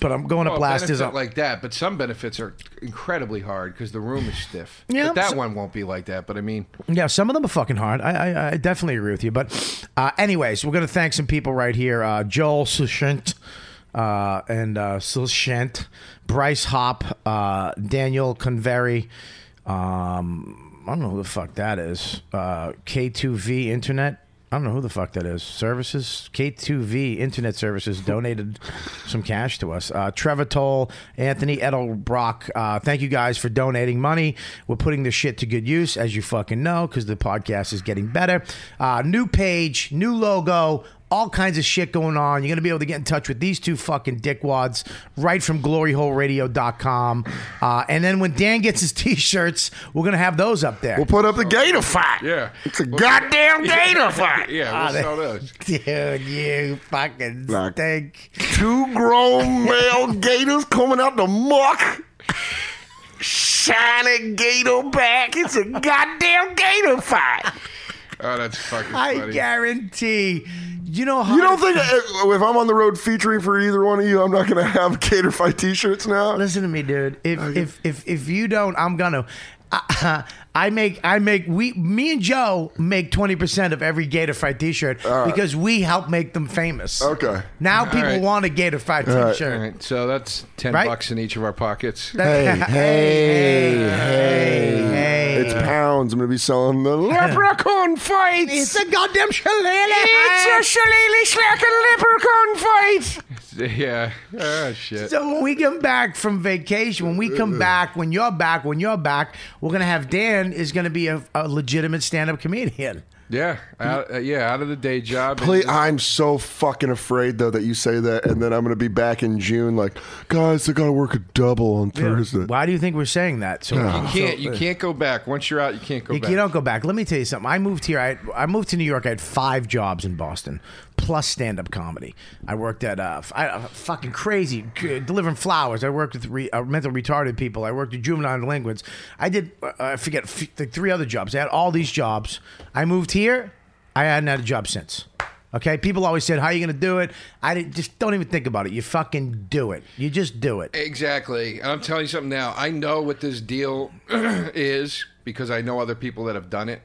But I'm going to Well, blast benefit his. like that, but some benefits are incredibly hard because the room is stiff. [LAUGHS] Yeah, but that so- one won't be like that. But [LAUGHS] I mean, Yeah, some of them are fucking hard. I, I, I definitely agree with you. But, uh, anyways, we're going to thank some people right here uh, Joel Sushent. Uh, and uh, Sushent, Bryce Hop, uh, Daniel Convery, um, I don't know who the fuck that is. Uh, K2V Internet, I don't know who the fuck that is. Services K2V Internet Services donated some cash to us. Uh, Trevor Toll, Anthony Edelbrock, uh, thank you guys for donating money. We're putting this shit to good use, as you fucking know, because the podcast is getting better. Uh, new page, new logo. All kinds of shit going on. You're going to be able to get in touch with these two fucking dickwads right from gloryholeradio.com. Uh, and then when Dan gets his [LAUGHS] t shirts, we're going to have those up there. We'll put up the gator fight. Yeah. It's a goddamn gator fight. yeah, we'll Ah, sell those. Dude, you fucking Like- stink. Two grown male gators coming out the muck. Shiny gator back. It's a goddamn gator fight. Oh, that's fucking I funny. guarantee. You know how You don't think uh, if I'm on the road featuring for either one of you, I'm not going to have gator fight t-shirts now? Listen to me, dude. If if if if you don't, I'm gonna. I, [LAUGHS] I make I make we me and Joe make twenty percent of every Gator Fight T-shirt right. because we help make them famous. Okay. Now All people right. want a Gator Fight All right. T-shirt. All right, so that's ten Right? bucks in each of our pockets. That- hey, hey. It's pounds. I'm going to be selling the leprechaun fights. It's a goddamn shillelagh. It's a shillelagh slacking leprechaun [LAUGHS] fight. yeah. Oh shit. So when we come back from vacation, when we come back, when you're back, when you're back, we're gonna have Dan is gonna be a, a legitimate stand-up comedian. yeah. Out, uh, yeah. Out of the day job. and Please, just- I'm so fucking afraid though that you say that, and then I'm gonna be back in June. Like, guys, I gotta work a double on Thursday. Why do you think we're saying that? So Yeah. you can't. You can't go back. Once you're out, you can't go You, back. you don't go back. Let me tell you something. I moved here. I, I moved to New York. I had five jobs in Boston, plus stand up comedy. I worked at uh, f- I, uh, fucking crazy c- delivering flowers. I worked with re, uh, mental retarded people. I worked with juvenile delinquents. I did uh, I forget f- the three other jobs. I had all these jobs. I moved here. I hadn't had a job since. Okay, people always said, "How are you going to do it?" I didn't, just don't even think about it. You fucking do it. You just do it. Exactly. And I'm telling you something now. I know what this deal [CLEARS THROAT] is because I know other people that have done it.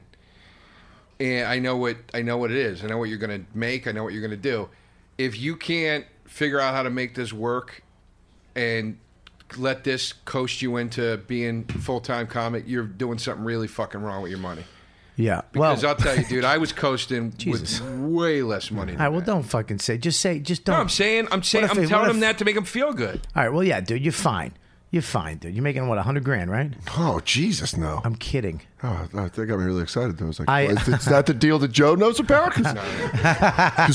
And I know what I know what it is. I know what you're going to make. I know what you're going to do. If you can't figure out how to make this work and let this coast you into being full-time comic, you're doing something really fucking wrong with your money. Yeah. Because well, I'll tell you, dude, I [LAUGHS] was coasting Jesus. with way less money. than all right. Well, that. don't fucking say. Just say. Just don't. No, I'm saying, I'm saying, What if I'm they- telling what them if- that to make them feel good. All right. Well, yeah, dude, you're fine. You're fine, dude. You're making what a hundred grand, right? Oh Jesus, no! I'm kidding. Oh, that that got me really excited. though. I was like, I- is, is that the deal that Joe [LAUGHS] knows about? Because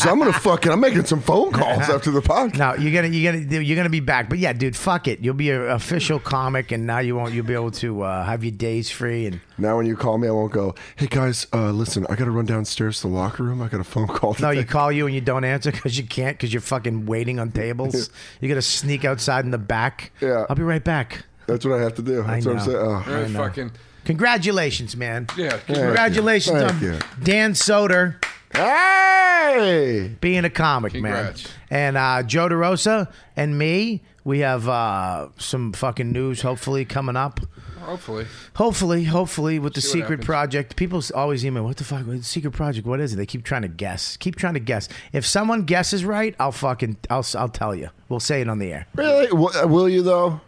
I'm gonna fucking, I'm making some [LAUGHS] phone calls after the podcast. No, you're gonna you're gonna you're gonna be back. But yeah, dude, fuck it. You'll be an official comic, and now you won't. You'll be able to uh, have your days free. And Now, when you call me, I won't go. Hey guys, uh, listen, I gotta run downstairs to the locker room. I got a phone call. no, today." you call you and you don't answer because you can't because you're fucking waiting on tables. you gotta sneak outside in the back. Yeah. I'll be right back. That's what I have to do. That's I what I'm saying. know. Oh. They're I know. fucking, Congratulations, man. yeah. Congratulations Thank on you. Dan Soder Oh. Hey! being a comic, Congrats. man. And uh, Joe DeRosa and me, we have uh, some fucking news hopefully coming up. Hopefully. Hopefully, hopefully, with the See what secret happens. project, people s- always email, "What the fuck? What- Secret project? What is it?" They keep trying to guess. Keep trying to guess. If someone guesses right, I'll fucking, I'll, s- I'll tell you. We'll say it on the air. Really? W- will you though?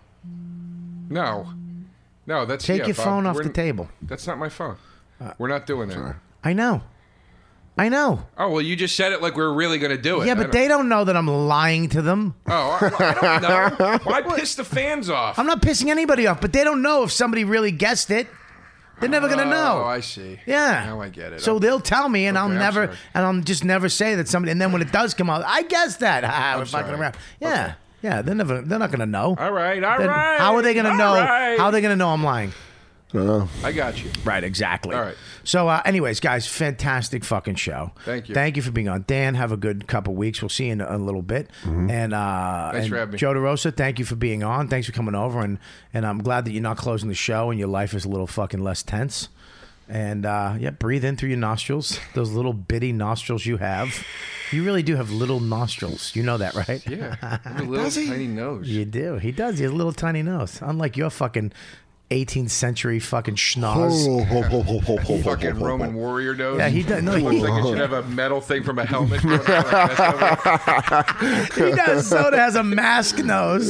No, no, that's Take yeah, your Bob, phone off we're- the table. Uh, That's not my phone. we're not doing that. I know, I know. Oh well, you just said it like we are really going to do it. Yeah, I but don't- they don't know that I'm lying to them. Oh, I, I [LAUGHS] don't know. Why piss the fans off? I'm not pissing anybody off, but they don't know if somebody really guessed it. They're never gonna know. Oh, I see. Yeah. Now I get it. So I'm- they'll tell me, and I'll Okay, I'm never, sorry. and I'll just never say that somebody. And then when it does come out, I guess that [LAUGHS] ah, we're fucking sorry. around. Yeah, yeah. They're never, they're not gonna know. All right, all Then right, How are they gonna all know? right. How are they gonna know I'm lying? I don't know. I got you. Right, exactly. All right. So, uh, anyways, guys, fantastic fucking show. Thank you. Thank you for being on. Dan, have a good couple weeks. We'll see you in a little bit. And uh, Thanks and for having me. Joe DeRosa, thank you for being on. Thanks for coming over, and and I'm glad that you're not closing the show and your life is a little fucking less tense. And uh, yeah, breathe in through your nostrils, those little bitty nostrils you have. You really do have little nostrils. You know that, right? Yeah. Uh, A little tiny nose. You do. He does. He has a little tiny nose. Unlike your fucking 18th century fucking schnoz. Oh, Fucking Roman warrior nose. Yeah, he does- no, he- looks like it should have a metal thing from a helmet. going around. he does. Soda has a mask nose.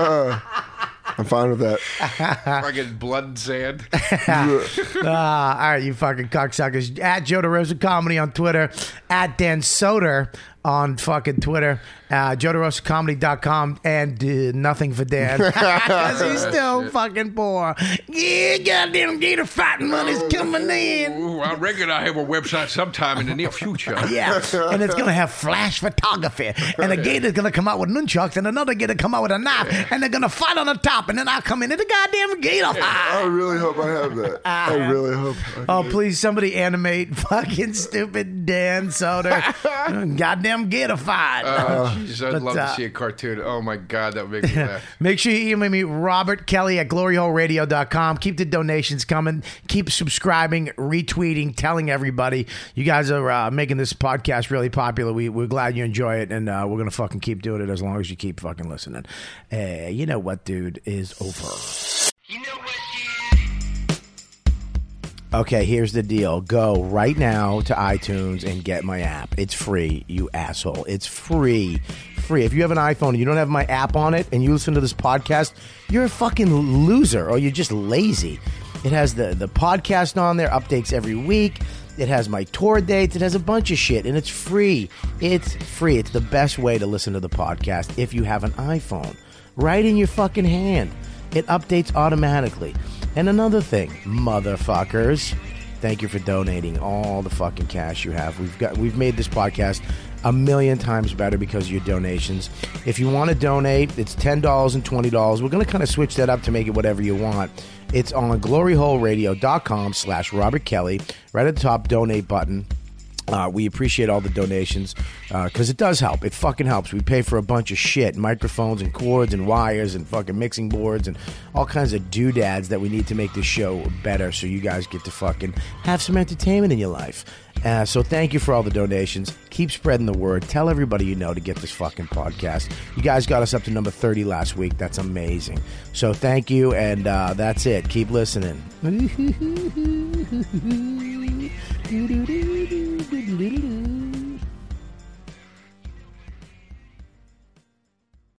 I'm fine with that. [LAUGHS] Fucking blood and sand. Ah, all right, you fucking cocksuckers. At Joe DeRosa Comedy on Twitter. At Dan Soder on fucking Twitter. Uh, JoeDeRosaComedy.com. And uh, nothing for Dan. Because he's still fucking poor. Yeah, goddamn gator fighting money's coming in. Ooh, I reckon I have a website sometime in the near future. [LAUGHS] Yeah, and it's gonna have flash photography, and a gator's gonna come out with nunchucks, and another gator come out with a knife, and they're gonna fight on the top, and then I'll come in and the goddamn gator fight. I really hope I have that. I really hope. I Oh, do. please, somebody animate [LAUGHS] fucking stupid Dan Soder, goddamn gator fight. Oh, Jesus, I'd But, love uh, to see a cartoon. Oh my God, that would make me laugh. [LAUGHS] Make sure you email me, Robert Kelly at gloryholeradio.com. Keep the donations coming. Keep subscribing, retweeting, telling everybody. You guys are uh, making this podcast really popular. We, we're glad you enjoy it, and uh, we're going to fucking keep doing it as long as you keep fucking listening. Uh, you know what, dude, is over. Okay, here's the deal. Go right now to iTunes and get my app. It's free, you asshole. It's free. Free. If you have an iPhone and you don't have my app on it and you listen to this podcast, you're a fucking loser or you're just lazy. It has the, the podcast on there, updates every week. It has my tour dates. It has a bunch of shit, and it's free. It's free. It's the best way to listen to the podcast if you have an iPhone right in your fucking hand. It updates automatically. And another thing, motherfuckers, thank you for donating all the fucking cash you have. We've got we've made this podcast a million times better because of your donations. If you want to donate, it's $10 and $20. We're going to kind of switch that up to make it whatever you want. It's on gloryholeradio.com slash Robert Kelly. Right at the top, donate button. Uh, we appreciate all the donations because it does help. It fucking helps. We pay for a bunch of shit microphones and cords and wires and fucking mixing boards and all kinds of doodads that we need to make this show better so you guys get to fucking have some entertainment in your life. Uh, so thank you for all the donations. Keep spreading the word. Tell everybody you know to get this fucking podcast. You guys got us up to number 30 last week. That's amazing. So thank you, and uh, that's [LAUGHS] it. Keep listening.